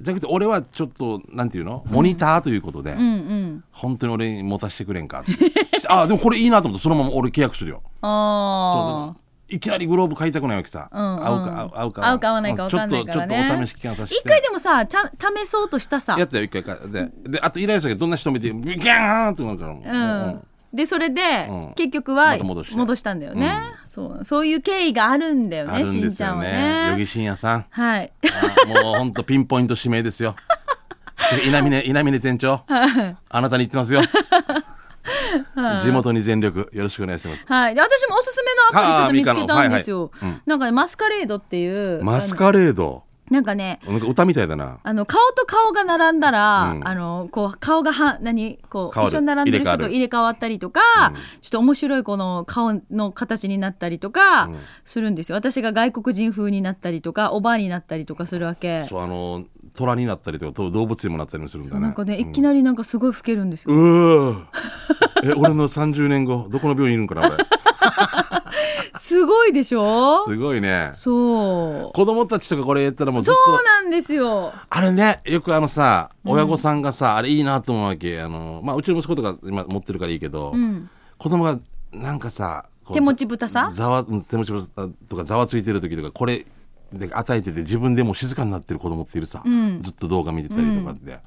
[SPEAKER 3] じゃなくて俺はちょっとなんていうのモニターということで、
[SPEAKER 1] うんうん。
[SPEAKER 3] 本当に俺に持たせてくれんかって あでもこれいいなと思ってそのまま俺契約するよ
[SPEAKER 1] ああ。
[SPEAKER 3] いきなりグローブ買いたくないわけさ、
[SPEAKER 1] うんうん
[SPEAKER 3] 合うか合うか
[SPEAKER 1] 合うか合わないか分かんないからね
[SPEAKER 3] ちょっとちょっとお試し期間させて
[SPEAKER 1] 一回でもさ、ちゃ試そうとしたさ。
[SPEAKER 3] やったよ一回かでであと依頼者がどんな人見てビギャーンってなるからも
[SPEAKER 1] う
[SPEAKER 3] う、
[SPEAKER 1] ん、でそれで、
[SPEAKER 3] うん
[SPEAKER 1] 結局は
[SPEAKER 3] また戻して
[SPEAKER 1] 戻したんだよね、そうそういう経緯があるんだよね
[SPEAKER 3] あるん
[SPEAKER 1] し
[SPEAKER 3] で
[SPEAKER 1] ん
[SPEAKER 3] す
[SPEAKER 1] ちゃん
[SPEAKER 3] よ
[SPEAKER 1] は
[SPEAKER 3] ね。よぎ
[SPEAKER 1] ね
[SPEAKER 3] しんやさん。
[SPEAKER 1] はい
[SPEAKER 3] あもう本当ピンポイント指名ですよ。 稲峰、稲峰店長。あなたに言ってますよ。地元に全力、よろしくお願いします。
[SPEAKER 1] はい、で私もおすすめのアプリちょっと見つけ
[SPEAKER 3] ああ
[SPEAKER 1] た
[SPEAKER 3] ミカ
[SPEAKER 1] ん
[SPEAKER 3] の
[SPEAKER 1] ですよ、
[SPEAKER 3] はいはいうん
[SPEAKER 1] なんかねマスカレードっていう
[SPEAKER 3] マスカレード。
[SPEAKER 1] あのなんかね
[SPEAKER 3] なんか歌みたいだな。
[SPEAKER 1] あの顔と顔が並んだら、
[SPEAKER 3] うん
[SPEAKER 1] あのこう顔がは何こう
[SPEAKER 3] 変わる
[SPEAKER 1] 一緒に並んでる
[SPEAKER 3] 入れ替わ
[SPEAKER 1] 人
[SPEAKER 3] る
[SPEAKER 1] と入れ替わったりとか、ちょっと面白いこの顔の形になったりとか
[SPEAKER 3] うん
[SPEAKER 1] するんですよ、私が外国人風になったりとかおばあになったりとかするわけ
[SPEAKER 3] そう、あの、虎になったりとか、と動物にもなったりもするんだ
[SPEAKER 1] そう
[SPEAKER 3] ね。
[SPEAKER 1] なんかね、
[SPEAKER 3] う
[SPEAKER 1] いきなりなんかすごい老けるんですよ。
[SPEAKER 3] うーえ、俺の30年後、どこの病院いるんか な、俺。
[SPEAKER 1] すごいでしょ
[SPEAKER 3] すごいね。
[SPEAKER 1] そう。
[SPEAKER 3] 子供たちとかこれやったらもうず
[SPEAKER 1] そ
[SPEAKER 3] っと。
[SPEAKER 1] うなんですよ。
[SPEAKER 3] あれね、よくあのさ、親御さんがさ、あれいいなと思うわけ。あの、まあ、うちの息子とか今持ってるからいいけど、
[SPEAKER 1] うん。
[SPEAKER 3] 子供がなんかさ、こう
[SPEAKER 1] 手持ちぶたさ
[SPEAKER 3] ざわ、うん手持ちぶたとかざわついてる時とか、これで与えてて自分でもう静かになってる子供っているさ、
[SPEAKER 1] うん
[SPEAKER 3] ずっと動画見てたりとかって、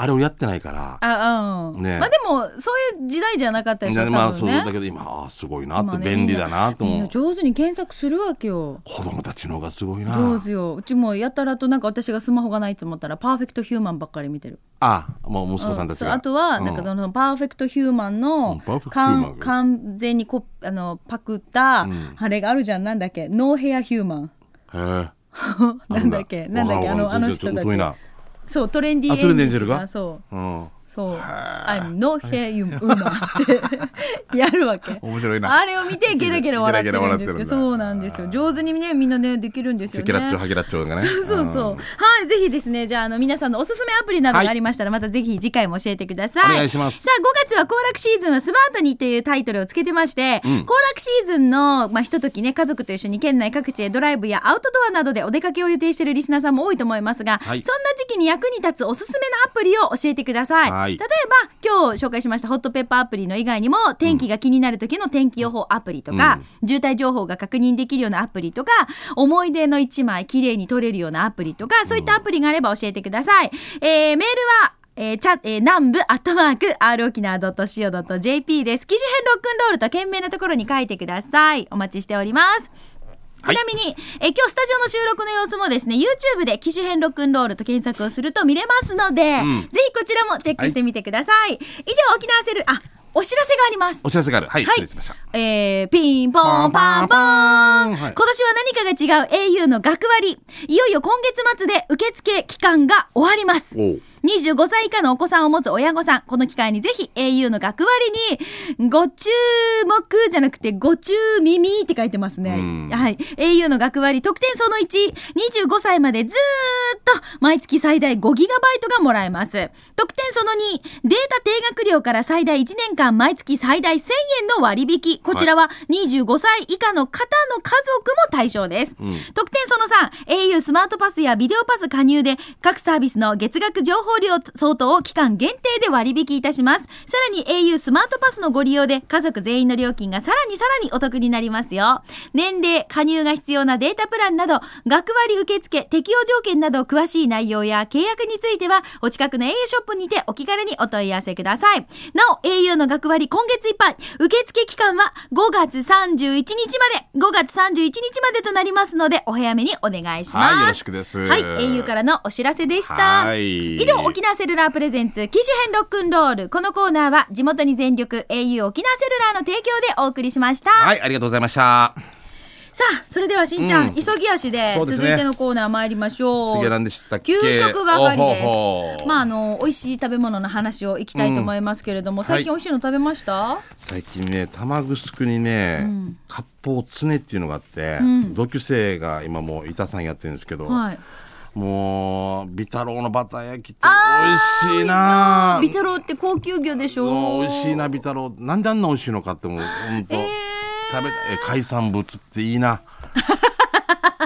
[SPEAKER 3] あれをやってないから、
[SPEAKER 1] あ、うん。
[SPEAKER 3] ねえ
[SPEAKER 1] まあでも、そういう時代じゃなかったでしょ、多分ね。
[SPEAKER 3] まあそうだけど今、ああ、すごいなって、
[SPEAKER 1] 今ね
[SPEAKER 3] 便利だなと
[SPEAKER 1] みん
[SPEAKER 3] 思う
[SPEAKER 1] な。上手に検索するわけよ。
[SPEAKER 3] 子供たちの方がすご
[SPEAKER 1] 上
[SPEAKER 3] いな。
[SPEAKER 1] 手よ。うちもやたらとなんか私がスマホがないと思ったら、パーフェクトヒューマンばっかり見てる。
[SPEAKER 3] ああ、もう息子さんたち
[SPEAKER 1] そう
[SPEAKER 3] が。
[SPEAKER 1] あとは、なんか
[SPEAKER 3] う
[SPEAKER 1] そのパーフェクトヒューマン
[SPEAKER 3] うん
[SPEAKER 1] の
[SPEAKER 3] パーフェクトヒュー
[SPEAKER 1] か
[SPEAKER 3] マン
[SPEAKER 1] ん完全にこあのパクった、
[SPEAKER 3] うん
[SPEAKER 1] あれがあるじゃん、なんだっけ、ノーヘアヒューマン。
[SPEAKER 3] へえ。
[SPEAKER 1] なんだっけ、なんだっけ、あの、あの人た
[SPEAKER 3] 遠い
[SPEAKER 1] ち。
[SPEAKER 3] な。
[SPEAKER 1] そう、トレンディ
[SPEAKER 3] あトレンディエンジェルが
[SPEAKER 1] そう、
[SPEAKER 3] うん。
[SPEAKER 1] そう。I'm no hair you woman って やるわけ。
[SPEAKER 3] 面白いな。
[SPEAKER 1] あれを見てゲラゲラ笑ってるんですけ
[SPEAKER 3] ゲラゲラ笑ってるん
[SPEAKER 1] ど、
[SPEAKER 3] だ
[SPEAKER 1] そうなんですよ。上手にね、みんなね、できるんですよね。
[SPEAKER 3] セキラッチョ、ハゲラッチョがね。
[SPEAKER 1] そうそうそう。はい、ぜひですね、じゃあ、あの、皆さんのおすすめアプリなどがありましたら、またぜひ次回も教えてください。
[SPEAKER 3] お願いします
[SPEAKER 1] さあ、5月は行楽シーズンはスマートにというタイトルをつけてまして、行、
[SPEAKER 3] ん
[SPEAKER 1] 楽シーズンの、まあ、ひとときね、家族と一緒に県内各地へドライブやアウトドアなどでお出かけを予定しているリスナーさんも多いと思いますが、
[SPEAKER 3] はい
[SPEAKER 1] そんな時期に役に立つおすすめのアプリを教えてください。
[SPEAKER 3] はい
[SPEAKER 1] 例えば、今日紹介しましたホットペッパーアプリの以外にも、天気が気になる時の天気予報アプリとか、渋滞情報が確認できるようなアプリとか、思い出の一枚綺麗に撮れるようなアプリとか、そういったアプリがあれば教えてください。えーメールは、えー、チャ、えー、南部アットマーク、r 沖縄 .co.jp です。記事編ロックンロールと懸命なところに書いてください。お待ちしております。ちなみに、えー今日スタジオの収録の様子もですね、YouTube で機種編ロックンロールと検索をすると見れますので、ぜひこちらもチェックしてみてください。以上、沖縄セル、あ、お知らせがあります
[SPEAKER 3] お。知らせがある。はい、
[SPEAKER 1] はい
[SPEAKER 3] 失礼しました。
[SPEAKER 1] えー、ピンポンパンポーン
[SPEAKER 3] パンパン
[SPEAKER 1] 今
[SPEAKER 3] はい
[SPEAKER 1] 年は何かが違う au の学割いよいよ今月末で受付期間が終わります
[SPEAKER 3] おう
[SPEAKER 1] 25歳以下のお子さんを持つ親御さんこの機会にぜひ au の学割にご注目じゃなくてご注耳って書いてますね
[SPEAKER 3] うん
[SPEAKER 1] はい au の学割特典その125歳までずーっと毎月最大 5GB がもらえます特典その2データ定額料から最大1年間毎月最大1000円の割引こちらは25歳以下の方の家族も対象です、特典その3 au スマートパスやビデオパス加入で各サービスの月額情報料相当を期間限定で割引いたしますさらに au スマートパスのご利用で家族全員の料金がさらにさらにお得になりますよ年齢加入が必要なデータプランなど学割受付適用条件など詳しい内容や契約についてはお近くの au ショップにてお気軽にお問い合わせくださいなお au の学割今月いっぱい受付期間は5月31日まで5月31日までとなりますのでお早めにお願いします
[SPEAKER 3] はい、よろしくです。
[SPEAKER 1] はい、au からのお知らせでした。
[SPEAKER 3] はい
[SPEAKER 1] 以上、沖縄セルラープレゼンツ、機種編ロックンロール。このコーナーは、地元に全力 au 沖縄セルラーの提供でお送りしました。
[SPEAKER 3] はい、ありがとうございました。
[SPEAKER 1] さあ、それではしんちゃん、
[SPEAKER 3] うん
[SPEAKER 1] 急ぎ足で
[SPEAKER 3] そう
[SPEAKER 1] 続
[SPEAKER 3] で
[SPEAKER 1] い
[SPEAKER 3] すね
[SPEAKER 1] てのコーナー参りましょう。
[SPEAKER 3] 次は何でしたっけ
[SPEAKER 1] 給食係です。
[SPEAKER 3] おほほ
[SPEAKER 1] まあ、あの、美味しい食べ物の話をいきたいと思いますけれども、最近美味しいの食べました、
[SPEAKER 3] 最近ね、玉城にね、割烹常っていうのがあって、同級生が今もう板さんやってるんですけど、
[SPEAKER 1] はい。
[SPEAKER 3] もう、ビタロウのバター焼きって
[SPEAKER 1] あー
[SPEAKER 3] 美味しいな
[SPEAKER 1] ビタローって高級魚でしょ
[SPEAKER 3] うん美味しいな、ビタロウ。なんであんな美味しいのかってもう、ほんと。
[SPEAKER 1] えー
[SPEAKER 3] 食べたいえ海産物っていいな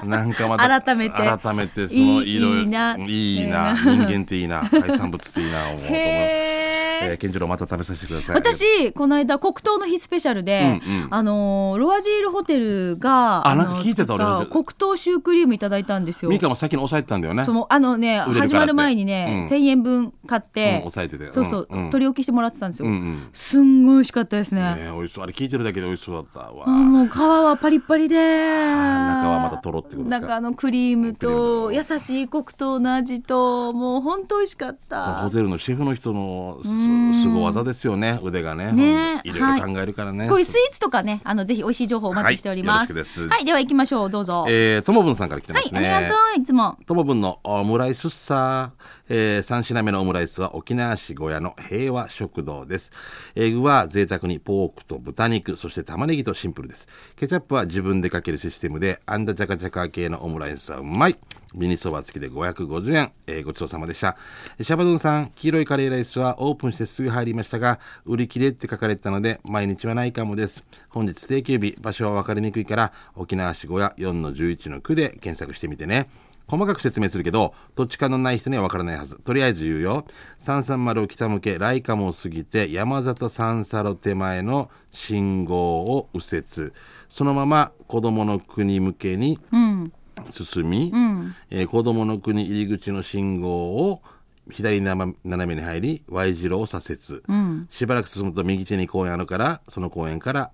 [SPEAKER 3] なんかまた
[SPEAKER 1] 改めて
[SPEAKER 3] 改めてそ
[SPEAKER 1] い
[SPEAKER 3] の
[SPEAKER 1] い
[SPEAKER 3] いろいろ
[SPEAKER 1] いいない
[SPEAKER 3] いな
[SPEAKER 1] え
[SPEAKER 3] 人間っていいな海産物っていいな思うと思うえ
[SPEAKER 1] へ
[SPEAKER 3] ー
[SPEAKER 1] え。
[SPEAKER 3] 健次郎また食べさせてください
[SPEAKER 1] 私、この間、黒糖の日スペシャルで、
[SPEAKER 3] うんうん
[SPEAKER 1] あのーロアジールホテルが、
[SPEAKER 3] あなんか
[SPEAKER 1] の
[SPEAKER 3] 聞いてた俺
[SPEAKER 1] 作った黒糖シュークリームいただいたんですよ
[SPEAKER 3] ミ。カも最近抑えてたんだよね
[SPEAKER 1] そのあのね、
[SPEAKER 3] 売れるからっ
[SPEAKER 1] 始
[SPEAKER 3] て
[SPEAKER 1] まる前にね、
[SPEAKER 3] うん
[SPEAKER 1] 1000円分買っ
[SPEAKER 3] うん
[SPEAKER 1] て、
[SPEAKER 3] 抑えてたよ
[SPEAKER 1] そうそう、
[SPEAKER 3] うんうん
[SPEAKER 1] 取り置きしてもらってたんです
[SPEAKER 3] う
[SPEAKER 1] よ。
[SPEAKER 3] んうん
[SPEAKER 1] すんごい美味しかったですね。
[SPEAKER 3] ね美味しそうあれ聞いてるだけで美味しそうだったわ
[SPEAKER 1] あもう皮はパリッパリで
[SPEAKER 3] 中はまたとろってことですか
[SPEAKER 1] 中のクリームと
[SPEAKER 3] クリーム
[SPEAKER 1] 優しい黒糖の味ともう本当美味しかった
[SPEAKER 3] ホテルのシェフの人のす
[SPEAKER 1] ん
[SPEAKER 3] すご技ですよね腕がね
[SPEAKER 1] ね
[SPEAKER 3] いろいろ考えるからね
[SPEAKER 1] こういうスイーツとかねあのぜひ美味しい情報お待ちしております
[SPEAKER 3] はいよろしくです
[SPEAKER 1] はいでは行きましょうどうぞ、
[SPEAKER 3] えーともぶんさんから来て
[SPEAKER 1] は
[SPEAKER 3] ま
[SPEAKER 1] い
[SPEAKER 3] す
[SPEAKER 1] あ
[SPEAKER 3] ね
[SPEAKER 1] りがとういつも
[SPEAKER 3] ともぶんのオムライスっさ、えー、3品目のオムライスは沖縄市小屋の平和食堂ですえー具は贅沢にポークと豚肉そして玉ねぎとシンプルですケチャップは自分でかけるシステムであんだじゃかじゃか系のオムライスはうまいミニそば付きで550円、えーごちそうさまでしたえーシャバドゥンさん黄色いカレーライスはオープンしてすぐ入りましたが売り切れって書かれてたので毎日はないかもです本日定休日場所は分かりにくいから沖縄市小屋4の11の9で検索してみてね細かく説明するけど、どっちかのない人には分からないはず。とりあえず言うよ。330を北向け、ライカモを過ぎて、山里三佐路手前の信号を右折。そのまま子供の国向けに
[SPEAKER 1] うん
[SPEAKER 3] 進み、
[SPEAKER 1] ん
[SPEAKER 3] えー子供の国入り口の信号を左に斜めに入り、Y 字路を左折。
[SPEAKER 1] うん
[SPEAKER 3] しばらく進むと右手に公園あるから、その公園から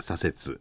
[SPEAKER 3] 左折。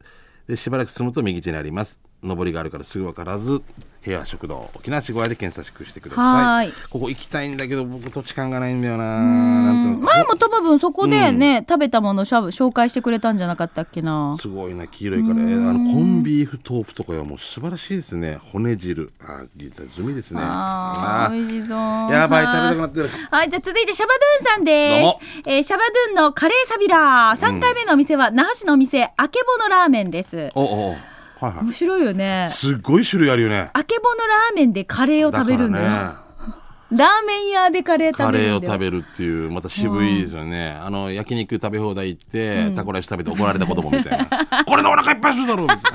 [SPEAKER 3] で、しばらく進むと右手にあります。上りがあるからすぐ分からず、平和食堂、沖縄市小屋で検索してください。
[SPEAKER 1] はーい
[SPEAKER 3] ここ行きたいんだけど、僕土地勘がないんだよななんとなく
[SPEAKER 1] 前もともぶんそこでね、食べたものしゃぶ紹介してくれたんじゃなかったっけな
[SPEAKER 3] すごいな、黄色いから。えーあの、コンビーフトープとかはもう素晴らしいですね。骨汁。あー、ギザ済みですね。
[SPEAKER 1] あ
[SPEAKER 3] あ
[SPEAKER 1] ー
[SPEAKER 3] ー
[SPEAKER 1] 美味しそう
[SPEAKER 3] やばい、食べたくなってる。
[SPEAKER 1] はい、じゃあ続いてシャバドゥンさんです。
[SPEAKER 3] どうも
[SPEAKER 1] えーシャバドゥンのカレーサビラー。3回目のお店は、那覇市のお店、あけぼのラーメンです。
[SPEAKER 3] おおおはいは
[SPEAKER 1] 面白いよね
[SPEAKER 3] い。。すっごい種類あるよね。
[SPEAKER 1] あけぼのラーメンでカレーを食べるんだよ。
[SPEAKER 3] からね。
[SPEAKER 1] ラーメン屋でカレー
[SPEAKER 3] カ
[SPEAKER 1] 食べるんだ
[SPEAKER 3] レー
[SPEAKER 1] よ。
[SPEAKER 3] を食べるっていう、また渋いですよね。あの、焼肉食べ放題行って、タコライス食べて怒られた子供みたいな。 これでお腹いっぱいするだろうみたいな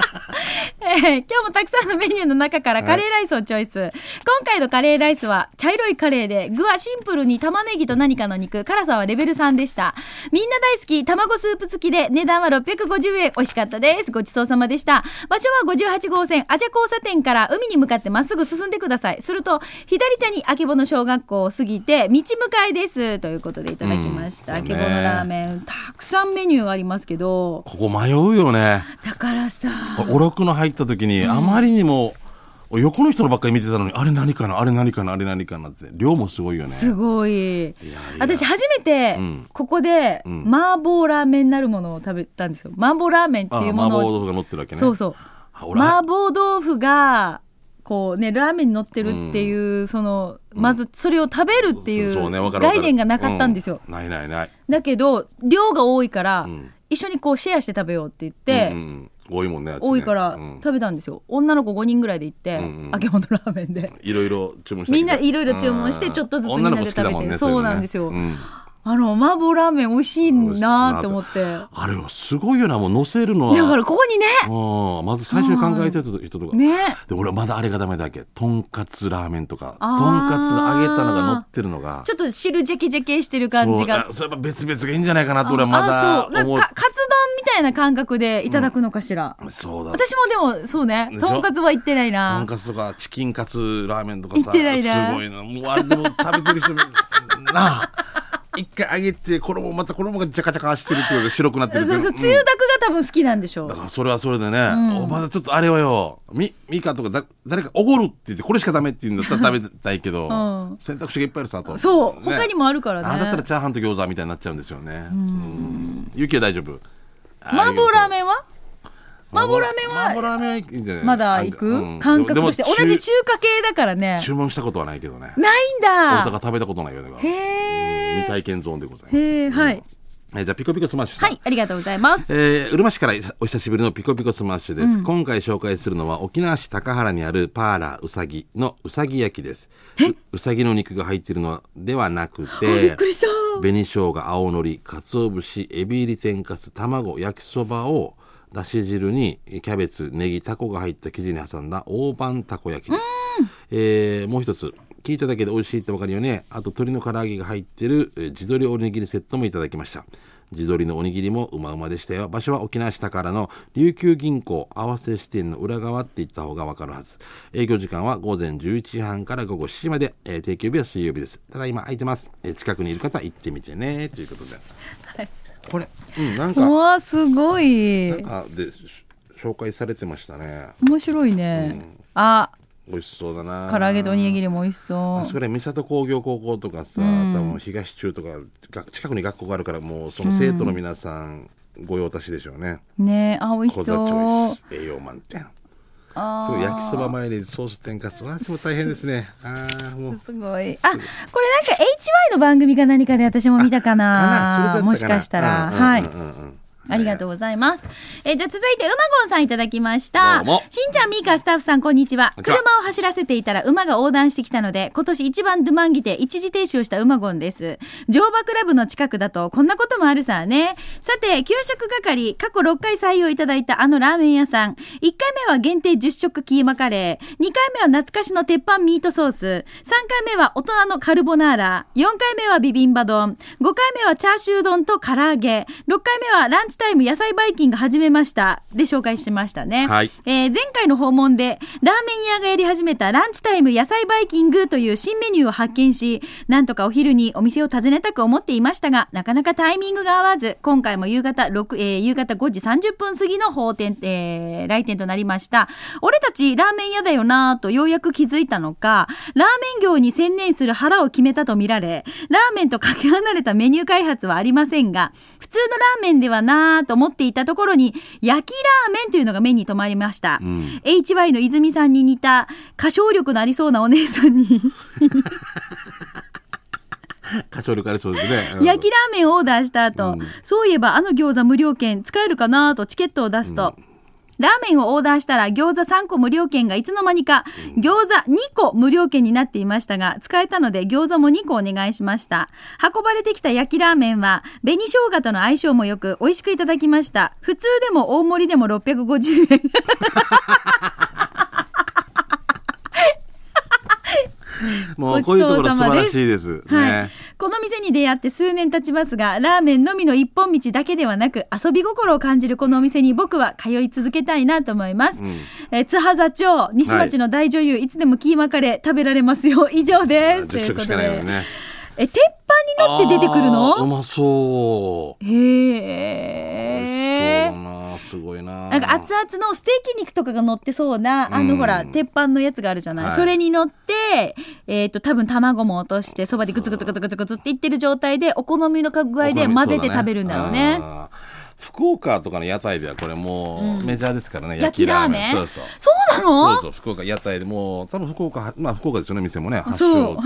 [SPEAKER 1] えー 今日もたくさんのメニューの中からカレーライスをチョイス、今回のカレーライスは茶色いカレーで具はシンプルに玉ねぎと何かの肉辛さはレベル3でしたみんな大好き卵スープ付きで値段は650円美味しかったですごちそうさまでした場所は58号線アジャ交差点から海に向かってまっすぐ進んでくださいすると左手にあけぼの小学校を過ぎて道向かいですということでいただきました、
[SPEAKER 3] うん
[SPEAKER 1] あけ
[SPEAKER 3] そう
[SPEAKER 1] ぼ
[SPEAKER 3] ね
[SPEAKER 1] のラーメンたくさんメニューがありますけど
[SPEAKER 3] ここ迷うよね。
[SPEAKER 1] だからさ
[SPEAKER 3] おろくの入った時に、あまりにも、横の人のばっかり見てたのに、あれ何かな、あれ何かな、あれ何かなって。量もすごいよね。
[SPEAKER 1] すごい
[SPEAKER 3] いやいや
[SPEAKER 1] 私初めて
[SPEAKER 3] うん
[SPEAKER 1] ここで
[SPEAKER 3] ん
[SPEAKER 1] 麻婆ラーメンなるものを食べたんですよ麻婆ラーメンって
[SPEAKER 3] あ
[SPEAKER 1] いう
[SPEAKER 3] 麻
[SPEAKER 1] ものを
[SPEAKER 3] 婆豆腐が乗ってるわけね。
[SPEAKER 1] そうそう
[SPEAKER 3] あ。俺、
[SPEAKER 1] 麻婆豆腐がこうねラーメンに乗ってるっていうそのまずそれを食べるってい
[SPEAKER 3] そううねわかるわ
[SPEAKER 1] 概
[SPEAKER 3] かる
[SPEAKER 1] 念がなかったんですよ
[SPEAKER 3] うないないない。
[SPEAKER 1] だけど量が多いから
[SPEAKER 3] ん
[SPEAKER 1] 一緒にこうシェアして食べようって言っ
[SPEAKER 3] うん
[SPEAKER 1] て
[SPEAKER 3] うん多いもんね。あっちね
[SPEAKER 1] 多いから
[SPEAKER 3] うん
[SPEAKER 1] 食べたんですよ女の子5人ぐらいで行って
[SPEAKER 3] うんうん
[SPEAKER 1] 揚げ物ラーメンで
[SPEAKER 3] いろいろ注文して
[SPEAKER 1] みんないろいろ注文してちょっとずつみんなで食べてそうなんですよあの麻婆ラーメン美味しいなって思ってだ
[SPEAKER 3] あれはすごいよな、もう乗せるのは。
[SPEAKER 1] からここにね
[SPEAKER 3] うんまず最初に考えてる人とか。
[SPEAKER 1] ね
[SPEAKER 3] で俺まだあれがダメだっけとんかつラーメンとかと
[SPEAKER 1] あー
[SPEAKER 3] んかつが揚げたのが乗ってるのが
[SPEAKER 1] ちょっと汁ジャキジャキしてる感じが
[SPEAKER 3] そうあそうやっぱ別々がいいんじゃないかなと俺はま
[SPEAKER 1] あ
[SPEAKER 3] だ
[SPEAKER 1] そうなん
[SPEAKER 3] 思う
[SPEAKER 1] かかカツ丼みたいな感覚でいただくのかしら、
[SPEAKER 3] そうだ
[SPEAKER 1] 私もでもそうね
[SPEAKER 3] でしょ
[SPEAKER 1] とんかつは行ってない
[SPEAKER 3] と
[SPEAKER 1] なん
[SPEAKER 3] かつとかチキンカツラーメンとか
[SPEAKER 1] 行
[SPEAKER 3] さ
[SPEAKER 1] っ
[SPEAKER 3] す
[SPEAKER 1] てないな
[SPEAKER 3] ごいなもうあれでも食べてる人もなあ一回揚げて衣また衣がジャカジャカしてるってことで白くなって
[SPEAKER 1] そう
[SPEAKER 3] るけ
[SPEAKER 1] そ
[SPEAKER 3] ど
[SPEAKER 1] うつゆだく
[SPEAKER 3] うん
[SPEAKER 1] が多分好きなんでしょう、
[SPEAKER 3] だからそれはそれでね、おまだちょっとあれはよみミカとかだ誰かおごるって言ってこれしかダメって言うんだったら食べたいけど、
[SPEAKER 1] うん
[SPEAKER 3] 選択肢がいっぱいあるさと
[SPEAKER 1] そう、
[SPEAKER 3] ね
[SPEAKER 1] 他にもあるからね
[SPEAKER 3] あだったらチャーハンと餃子みたいになっちゃうんですよね。うん。ゆきは大丈夫。
[SPEAKER 1] 麻婆ラーメンは
[SPEAKER 3] ン
[SPEAKER 1] 麻婆ラーメン
[SPEAKER 3] 麻婆
[SPEAKER 1] は
[SPEAKER 3] ラーメンはいいんじゃない
[SPEAKER 1] まだ行く、
[SPEAKER 3] うん
[SPEAKER 1] 感覚として
[SPEAKER 3] でも
[SPEAKER 1] 同
[SPEAKER 3] でも
[SPEAKER 1] じ中華系だからね
[SPEAKER 3] 注文したことはないけどね。
[SPEAKER 1] ないん
[SPEAKER 3] 俺とか
[SPEAKER 1] だ
[SPEAKER 3] 食べたことないよね。
[SPEAKER 1] へえ
[SPEAKER 3] 未体験ゾーンでございます。
[SPEAKER 1] へえはい
[SPEAKER 3] えじゃあピコピコスマッシュさん。
[SPEAKER 1] はいありがとうございます
[SPEAKER 3] えーうるま市からお久しぶりのピコピコスマッシュです、今回紹介するのは沖縄市高原にあるパーラーうさぎのうさぎ焼きですううさぎの肉が入っているのではなく
[SPEAKER 1] びってくりした
[SPEAKER 3] 紅生姜青のり鰹節エビ入り天かす卵焼きそばをだし汁にキャベツ、ネギ、タコが入った生地に挟んだ大判たこ焼きです。えーもう一つ。聞いただけで美味しいってわかるよね。あと鶏の唐揚げが入ってるえー地鶏おにぎりセットもいただきました。地鶏のおにぎりもうまうまでしたよ。場所は沖縄市宝の琉球銀行合わせ支店の裏側って言った方がわかるはず。営業時間は午前11時半から午後7時まで、えー定休日は水曜日です。ただ今空いてます。えー近くにいる方は行ってみてね。ということで。これ、うん、なんか、
[SPEAKER 1] わあすごい
[SPEAKER 3] なんかでし紹介されてましたね。
[SPEAKER 1] 面白いね、あ
[SPEAKER 3] 美味しそうだな。
[SPEAKER 1] 唐揚げとおにぎりも美味しそ
[SPEAKER 3] あそこ
[SPEAKER 1] う
[SPEAKER 3] で三郷工業高校とかさ、多分東中とかが近くに学校があるからもうその生徒の皆さん、ご用達でしょうね。
[SPEAKER 1] ねえあ美味しそ
[SPEAKER 3] 小座チョ
[SPEAKER 1] う
[SPEAKER 3] イス栄養満点。
[SPEAKER 1] あ
[SPEAKER 3] そう焼きそばマヨネーズソース天かすはもう大変ですね。ああもう
[SPEAKER 1] ーすごいあこれなんか HY の番組か何かで私も見たかな
[SPEAKER 3] かなそれだったかな
[SPEAKER 1] もしかしたら、
[SPEAKER 3] うんうん
[SPEAKER 1] はい、
[SPEAKER 3] うんうんうん
[SPEAKER 1] ありがとうございます。えーじゃあ続いて、うまごんさんいただきました。
[SPEAKER 3] どうも
[SPEAKER 1] しんちゃん、みーか、スタッフさん、こんにちは。
[SPEAKER 3] こんにちは
[SPEAKER 1] 車を走らせていたら馬が横断してきたので、今年一番ドゥマンギで一時停止をしたうまごんです。乗馬クラブの近くだと、こんなこともあるさあね。さて、給食係、過去6回採用いただいたあのラーメン屋さん。1回目は限定10食キーマカレー。2回目は懐かしの鉄板ミートソース。3回目は大人のカルボナーラ。4回目はビビンバ丼。5回目はチャーシュー丼と唐揚げ。6回目はランチタイム野菜バイキング始めました。で紹介してましたね。
[SPEAKER 3] はい
[SPEAKER 1] えー前回の訪問で、ラーメン屋がやり始めたランチタイム野菜バイキングという新メニューを発見し、なんとかお昼にお店を訪ねたく思っていましたが、なかなかタイミングが合わず、今回も夕方6、えー夕方5時30分過ぎの放店、えー来店となりました。俺たちラーメン屋だよなぁとようやく気づいたのか、ラーメン業に専念する腹を決めたとみられ、ラーメンとかけ離れたメニュー開発はありませんが、普通のラーメンではなぁと思っていたところに、焼きラーメンというのが目に留まりました。HY の泉さんに似た歌唱力のありそうなお姉さんに、
[SPEAKER 3] 歌唱力ありそうですね。うん
[SPEAKER 1] 焼きラーメンをオーダーした後、そういえばあの餃子無料券使えるかなとチケットを出すと、ラーメンをオーダーしたら餃子3個無料券がいつの間にか餃子2個無料券になっていましたが使えたので餃子も2個お願いしました運ばれてきた焼きラーメンは紅生姜との相性も良く美味しくいただきました普通でも大盛りでも650円
[SPEAKER 3] もうこういうところ素晴らしいです。
[SPEAKER 1] はい、
[SPEAKER 3] ね。
[SPEAKER 1] この店に出会って数年経ちますがラーメンのみの一本道だけではなく遊び心を感じるこのお店に僕は通い続けたいなと思います、えー津波座町西町の大女優、い、つでもキーマカレー食べられますよ 以上ですと
[SPEAKER 3] 10
[SPEAKER 1] いうこ
[SPEAKER 3] 食
[SPEAKER 1] と
[SPEAKER 3] し
[SPEAKER 1] で
[SPEAKER 3] かないよね。
[SPEAKER 1] え鉄板になって出てくる
[SPEAKER 3] あーう
[SPEAKER 1] の
[SPEAKER 3] まそう。美
[SPEAKER 1] へ
[SPEAKER 3] 味しそう
[SPEAKER 1] え
[SPEAKER 3] だな。すごいな。
[SPEAKER 1] なんか熱々のステーキ肉とかが乗ってそうな、あの
[SPEAKER 3] うん
[SPEAKER 1] ほら、鉄板のやつがあるじゃない。
[SPEAKER 3] はい
[SPEAKER 1] それに乗って、えっ、と、多分卵も落として、そばでグツグツグツグツグツっていってる状態で、お好みの具合で混ぜて食べるんだろうね。
[SPEAKER 3] あー。福岡とかの屋台ではこれもうメジャーですからね、
[SPEAKER 1] 焼きラーメン
[SPEAKER 3] そうそう
[SPEAKER 1] そうなの
[SPEAKER 3] そうそう福岡屋台でもう多分福岡まあ福岡ですよね店もね発
[SPEAKER 1] そ
[SPEAKER 3] 祥
[SPEAKER 1] う
[SPEAKER 3] っ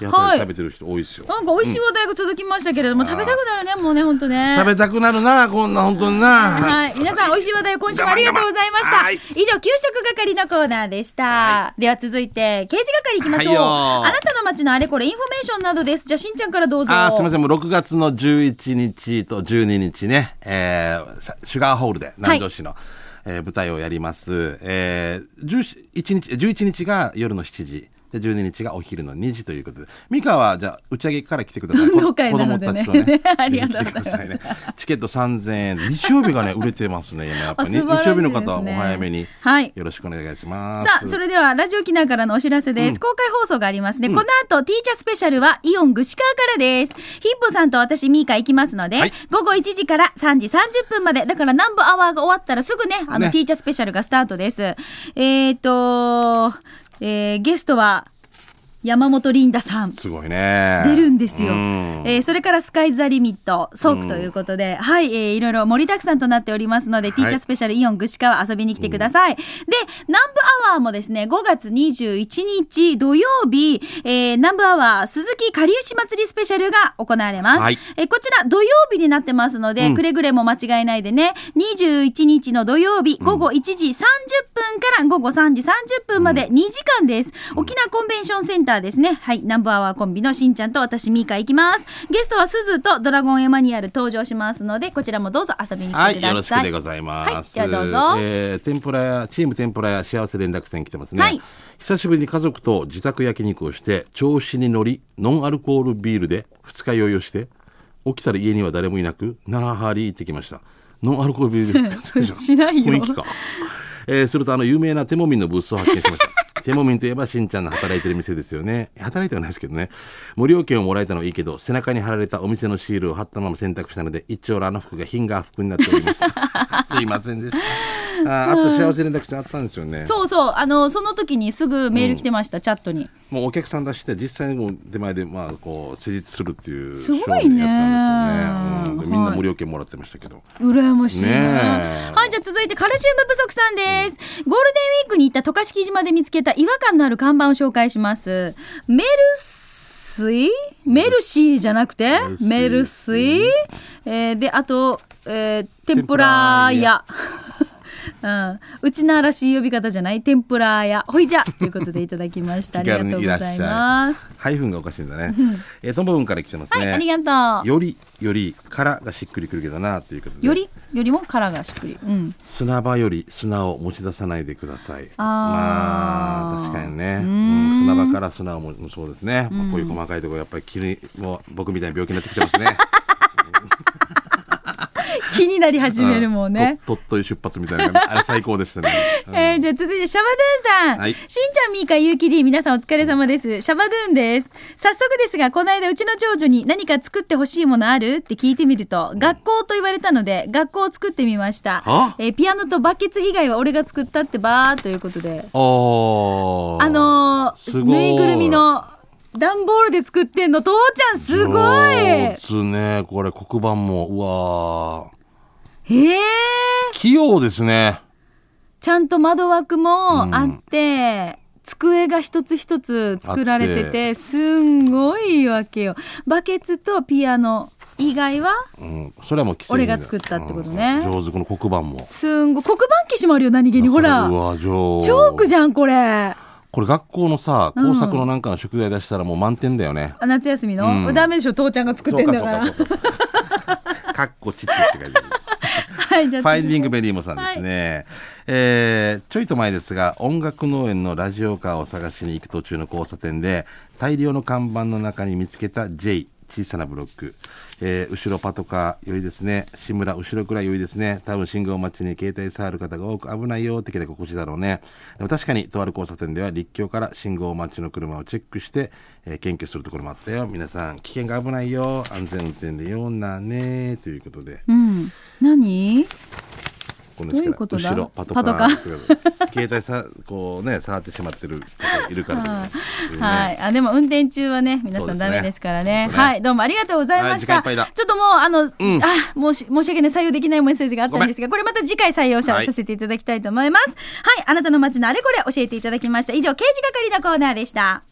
[SPEAKER 3] てい
[SPEAKER 1] へえ。
[SPEAKER 3] うか屋
[SPEAKER 1] は
[SPEAKER 3] 台
[SPEAKER 1] い。
[SPEAKER 3] で食べてる人多いですよ、
[SPEAKER 1] なんか美味しい話題が続きましたけれども、食べたくなるね、もうね、ほんとね。
[SPEAKER 3] 食べたくなるなこんな本当にな、
[SPEAKER 1] はい。皆さん、美味しい話題を今週もありがとうございまし
[SPEAKER 3] 我慢我
[SPEAKER 1] た。
[SPEAKER 3] 慢は
[SPEAKER 1] 以
[SPEAKER 3] い
[SPEAKER 1] 上、給食係のコーナーでした。では続いて、刑事係行きましょう。
[SPEAKER 3] はいよー
[SPEAKER 1] あなたの街のあれこれ、インフォメーションなどです。じゃあ、しんちゃんからどうぞ。
[SPEAKER 3] あーすみません、もう6月の11日と12日ね、えーさシュガーホールで南城市の、えー舞台をやります。えー、11日、11日が夜の7時。で、12日がお昼の2時ということで。ミカは、じゃあ、打ち上げから来て ください。
[SPEAKER 1] 運動会なのでね
[SPEAKER 3] 子供たち と
[SPEAKER 1] ありがとうございます
[SPEAKER 3] ぜひ来てくださねチケット3000円。日曜日がね、売れてますね、今やっぱり、ね。
[SPEAKER 1] あ素晴らしい
[SPEAKER 3] 日曜日の
[SPEAKER 1] ですね
[SPEAKER 3] 方はお早めに。
[SPEAKER 1] はい
[SPEAKER 3] よろしくお願いします。
[SPEAKER 1] さあ、それでは、ラジオ機内からのお知らせです。公開放送がありますね。この後、ティーチャースペシャルは、イオン串川からです。ヒップさんと私、ミーカ行きますので、
[SPEAKER 3] はい
[SPEAKER 1] 午後1時から3時30分まで、だから南部アワーが終わったらすぐね、あの、
[SPEAKER 3] ね
[SPEAKER 1] ティーチャースペシャルがスタートです。えーと、えーゲストは、山本リンダさん。
[SPEAKER 3] すごいね。
[SPEAKER 1] 出るんですよ。
[SPEAKER 3] うん
[SPEAKER 1] えーそれからスカイ・ザ・リミット、ソークということで、はい、えーいろいろ盛りだくさんとなっておりますので、
[SPEAKER 3] い
[SPEAKER 1] ティーチャースペシャルイオン串川遊びに来てください。で、南部アワーもですね、5月21日土曜日、えー南部アワー鈴木かりゆし祭りスペシャルが行われます。
[SPEAKER 3] はい
[SPEAKER 1] えーこちら土曜日になってますので、くれぐれも間違えないでね、21日の土曜日午後1時30分から午後3時30分まで2時間です。沖縄コンベンションセンターターですね。はい。ナンバーワーコンビのしんちゃんと私、ミーカ行きます。ゲストはすずとドラゴンエマニュアル登場しますので、こちらもどうぞ遊びに来てくださ
[SPEAKER 3] は
[SPEAKER 1] い。
[SPEAKER 3] い、よろしくでございます。
[SPEAKER 1] はいじゃあどうぞ
[SPEAKER 3] えー天ぷらや、チーム天ぷらや幸せ連絡船来てますね。
[SPEAKER 1] はい
[SPEAKER 3] 久しぶりに家族と自宅焼肉をして、調子に乗り、ノンアルコールビールで二日酔いをして、起きたら家には誰もいなく、なーはり行ってきました。ノンアルコールビールで二日酔い
[SPEAKER 1] しないよ
[SPEAKER 3] 雰囲気か。えーするとあの有名なテモミンのブースを発見しました。 テモミンといえばしんちゃんの働いてる店ですよね。働いてはないですけどね。無料券をもらえたのはいいけど、背中に貼られたお店のシールを貼ったまま選択したので、一丁羅の服がヒンガー服になっており ました。すいませんでした。あーあった幸せ連絡船あったんですよね。
[SPEAKER 1] そうそう。あの、その時にすぐメール来てました、チャットに。
[SPEAKER 3] もうお客さん出して実際にもう出前でまあこう施術するっていう
[SPEAKER 1] すごいね
[SPEAKER 3] ショーでやったんですよね、うんでみんな
[SPEAKER 1] はい
[SPEAKER 3] 無料券もらってましたけど、
[SPEAKER 1] 羨ましいね
[SPEAKER 3] ねえ
[SPEAKER 1] はい、じゃあ続いてカルシウム不足さんです。ゴールデンウィークに行った渡嘉敷島で見つけた違和感のある看板を紹介します。メルスイメルシーじゃなくてメ
[SPEAKER 3] メ
[SPEAKER 1] ル
[SPEAKER 3] ル
[SPEAKER 1] ス
[SPEAKER 3] ス
[SPEAKER 1] イ
[SPEAKER 3] イ
[SPEAKER 1] えーで、あと、えー天ぷら屋。うん、うちならしい呼び方じゃない天ぷら屋ほいじゃということでいただきましたあ
[SPEAKER 3] 気
[SPEAKER 1] りが
[SPEAKER 3] 軽
[SPEAKER 1] とう
[SPEAKER 3] に
[SPEAKER 1] ご
[SPEAKER 3] いらっし
[SPEAKER 1] ざ
[SPEAKER 3] ゃ
[SPEAKER 1] い
[SPEAKER 3] い
[SPEAKER 1] ます
[SPEAKER 3] ハイフンがおかしいんだね、えー、トンボ文から来てます
[SPEAKER 1] は
[SPEAKER 3] ね、
[SPEAKER 1] い、ありがとう
[SPEAKER 3] よりよりからがしっくりくるけどなということで
[SPEAKER 1] よりよりも殻がしっくりうん
[SPEAKER 3] 砂場より砂を持ち出さないでください
[SPEAKER 1] あー
[SPEAKER 3] まあ確かにね、
[SPEAKER 1] う
[SPEAKER 3] うんん、砂場から砂をももそうですね、まあこういう細かいところやっぱり気にもう僕みたいに病気になってきてます ね
[SPEAKER 1] 気になり始めるもんね
[SPEAKER 3] うと鳥取出発みたいなあれ最高でしたね、う ん
[SPEAKER 1] えーじゃあ続いてシャバドゥンさん、
[SPEAKER 3] はい
[SPEAKER 1] しんちゃんみーかゆうきり皆さんお疲れ様ですシャバドゥンです早速ですがこの間うちの長女に何か作ってほしいものあるって聞いてみると学校と言われたので学校を作ってみました
[SPEAKER 3] あ、
[SPEAKER 1] えーピアノとバケツ以外は俺が作ったってばーということで
[SPEAKER 3] おー
[SPEAKER 1] あの
[SPEAKER 3] す
[SPEAKER 1] ー、
[SPEAKER 3] ごい
[SPEAKER 1] ぬいぐるみの段ボールで作ってんの父ちゃんすご
[SPEAKER 3] 上
[SPEAKER 1] い
[SPEAKER 3] 手ねこれ黒板もうわー
[SPEAKER 1] へえ
[SPEAKER 3] 器用ですね
[SPEAKER 1] ちゃんと窓枠もあって、机が一つ一つ作られてて
[SPEAKER 3] あって
[SPEAKER 1] すんごいわけよバケツとピアノ以外は
[SPEAKER 3] うん、それはもう既製
[SPEAKER 1] 俺
[SPEAKER 3] 品
[SPEAKER 1] が作ったってことね
[SPEAKER 3] うん上手この黒板も
[SPEAKER 1] すんごい黒板消しもあるよ何気にほら
[SPEAKER 3] う
[SPEAKER 1] チ
[SPEAKER 3] わ上手
[SPEAKER 1] ョークじゃんこれあ
[SPEAKER 3] これ学校のさ
[SPEAKER 1] うん
[SPEAKER 3] 工作のなんかの宿題出したらもう満点だよね、
[SPEAKER 1] 夏休みの、
[SPEAKER 3] うん
[SPEAKER 1] ダメでしょ父ちゃんが作ってんだから
[SPEAKER 3] そうかそうかそうか かっこちっちゃいって書いてある
[SPEAKER 1] はいじゃあ
[SPEAKER 3] ファインディング
[SPEAKER 1] ベ
[SPEAKER 3] ベリーモさんですね、えーちょいと前ですが音楽農園のラジオカーを探しに行く途中の交差点で大量の看板の中に見つけた J 小さなブロック、えー後ろパトカー良いですね志村後ろくらい良いですね多分信号待ちに携帯触る方が多く危ないよ的な心地だろうねでも確かにとある交差点では立教から信号待ちの車をチェックして、えー検挙するところもあったよ皆さん危険が危ないよ安全運転でようなねということで
[SPEAKER 1] うん何
[SPEAKER 3] この
[SPEAKER 1] どういうことだ
[SPEAKER 3] 後ろパトカー
[SPEAKER 1] パト
[SPEAKER 3] 携帯さこうね触ってしまってる方がいるからね、ね
[SPEAKER 1] はい、あでも運転中はね皆
[SPEAKER 3] そう
[SPEAKER 1] さん
[SPEAKER 3] ですね
[SPEAKER 1] ダメですからね
[SPEAKER 3] 本当ね
[SPEAKER 1] はいどうもありがとうございました、
[SPEAKER 3] はい時間いっぱいだ
[SPEAKER 1] ちょっともうあの、あもうし申し訳ない採用できないメッセージがあったんですがこれまた次回採用者
[SPEAKER 3] はい
[SPEAKER 1] させていただきたいと思いますはい、あなたの街のあれこれ教えていただきました以上刑事係のコーナーでした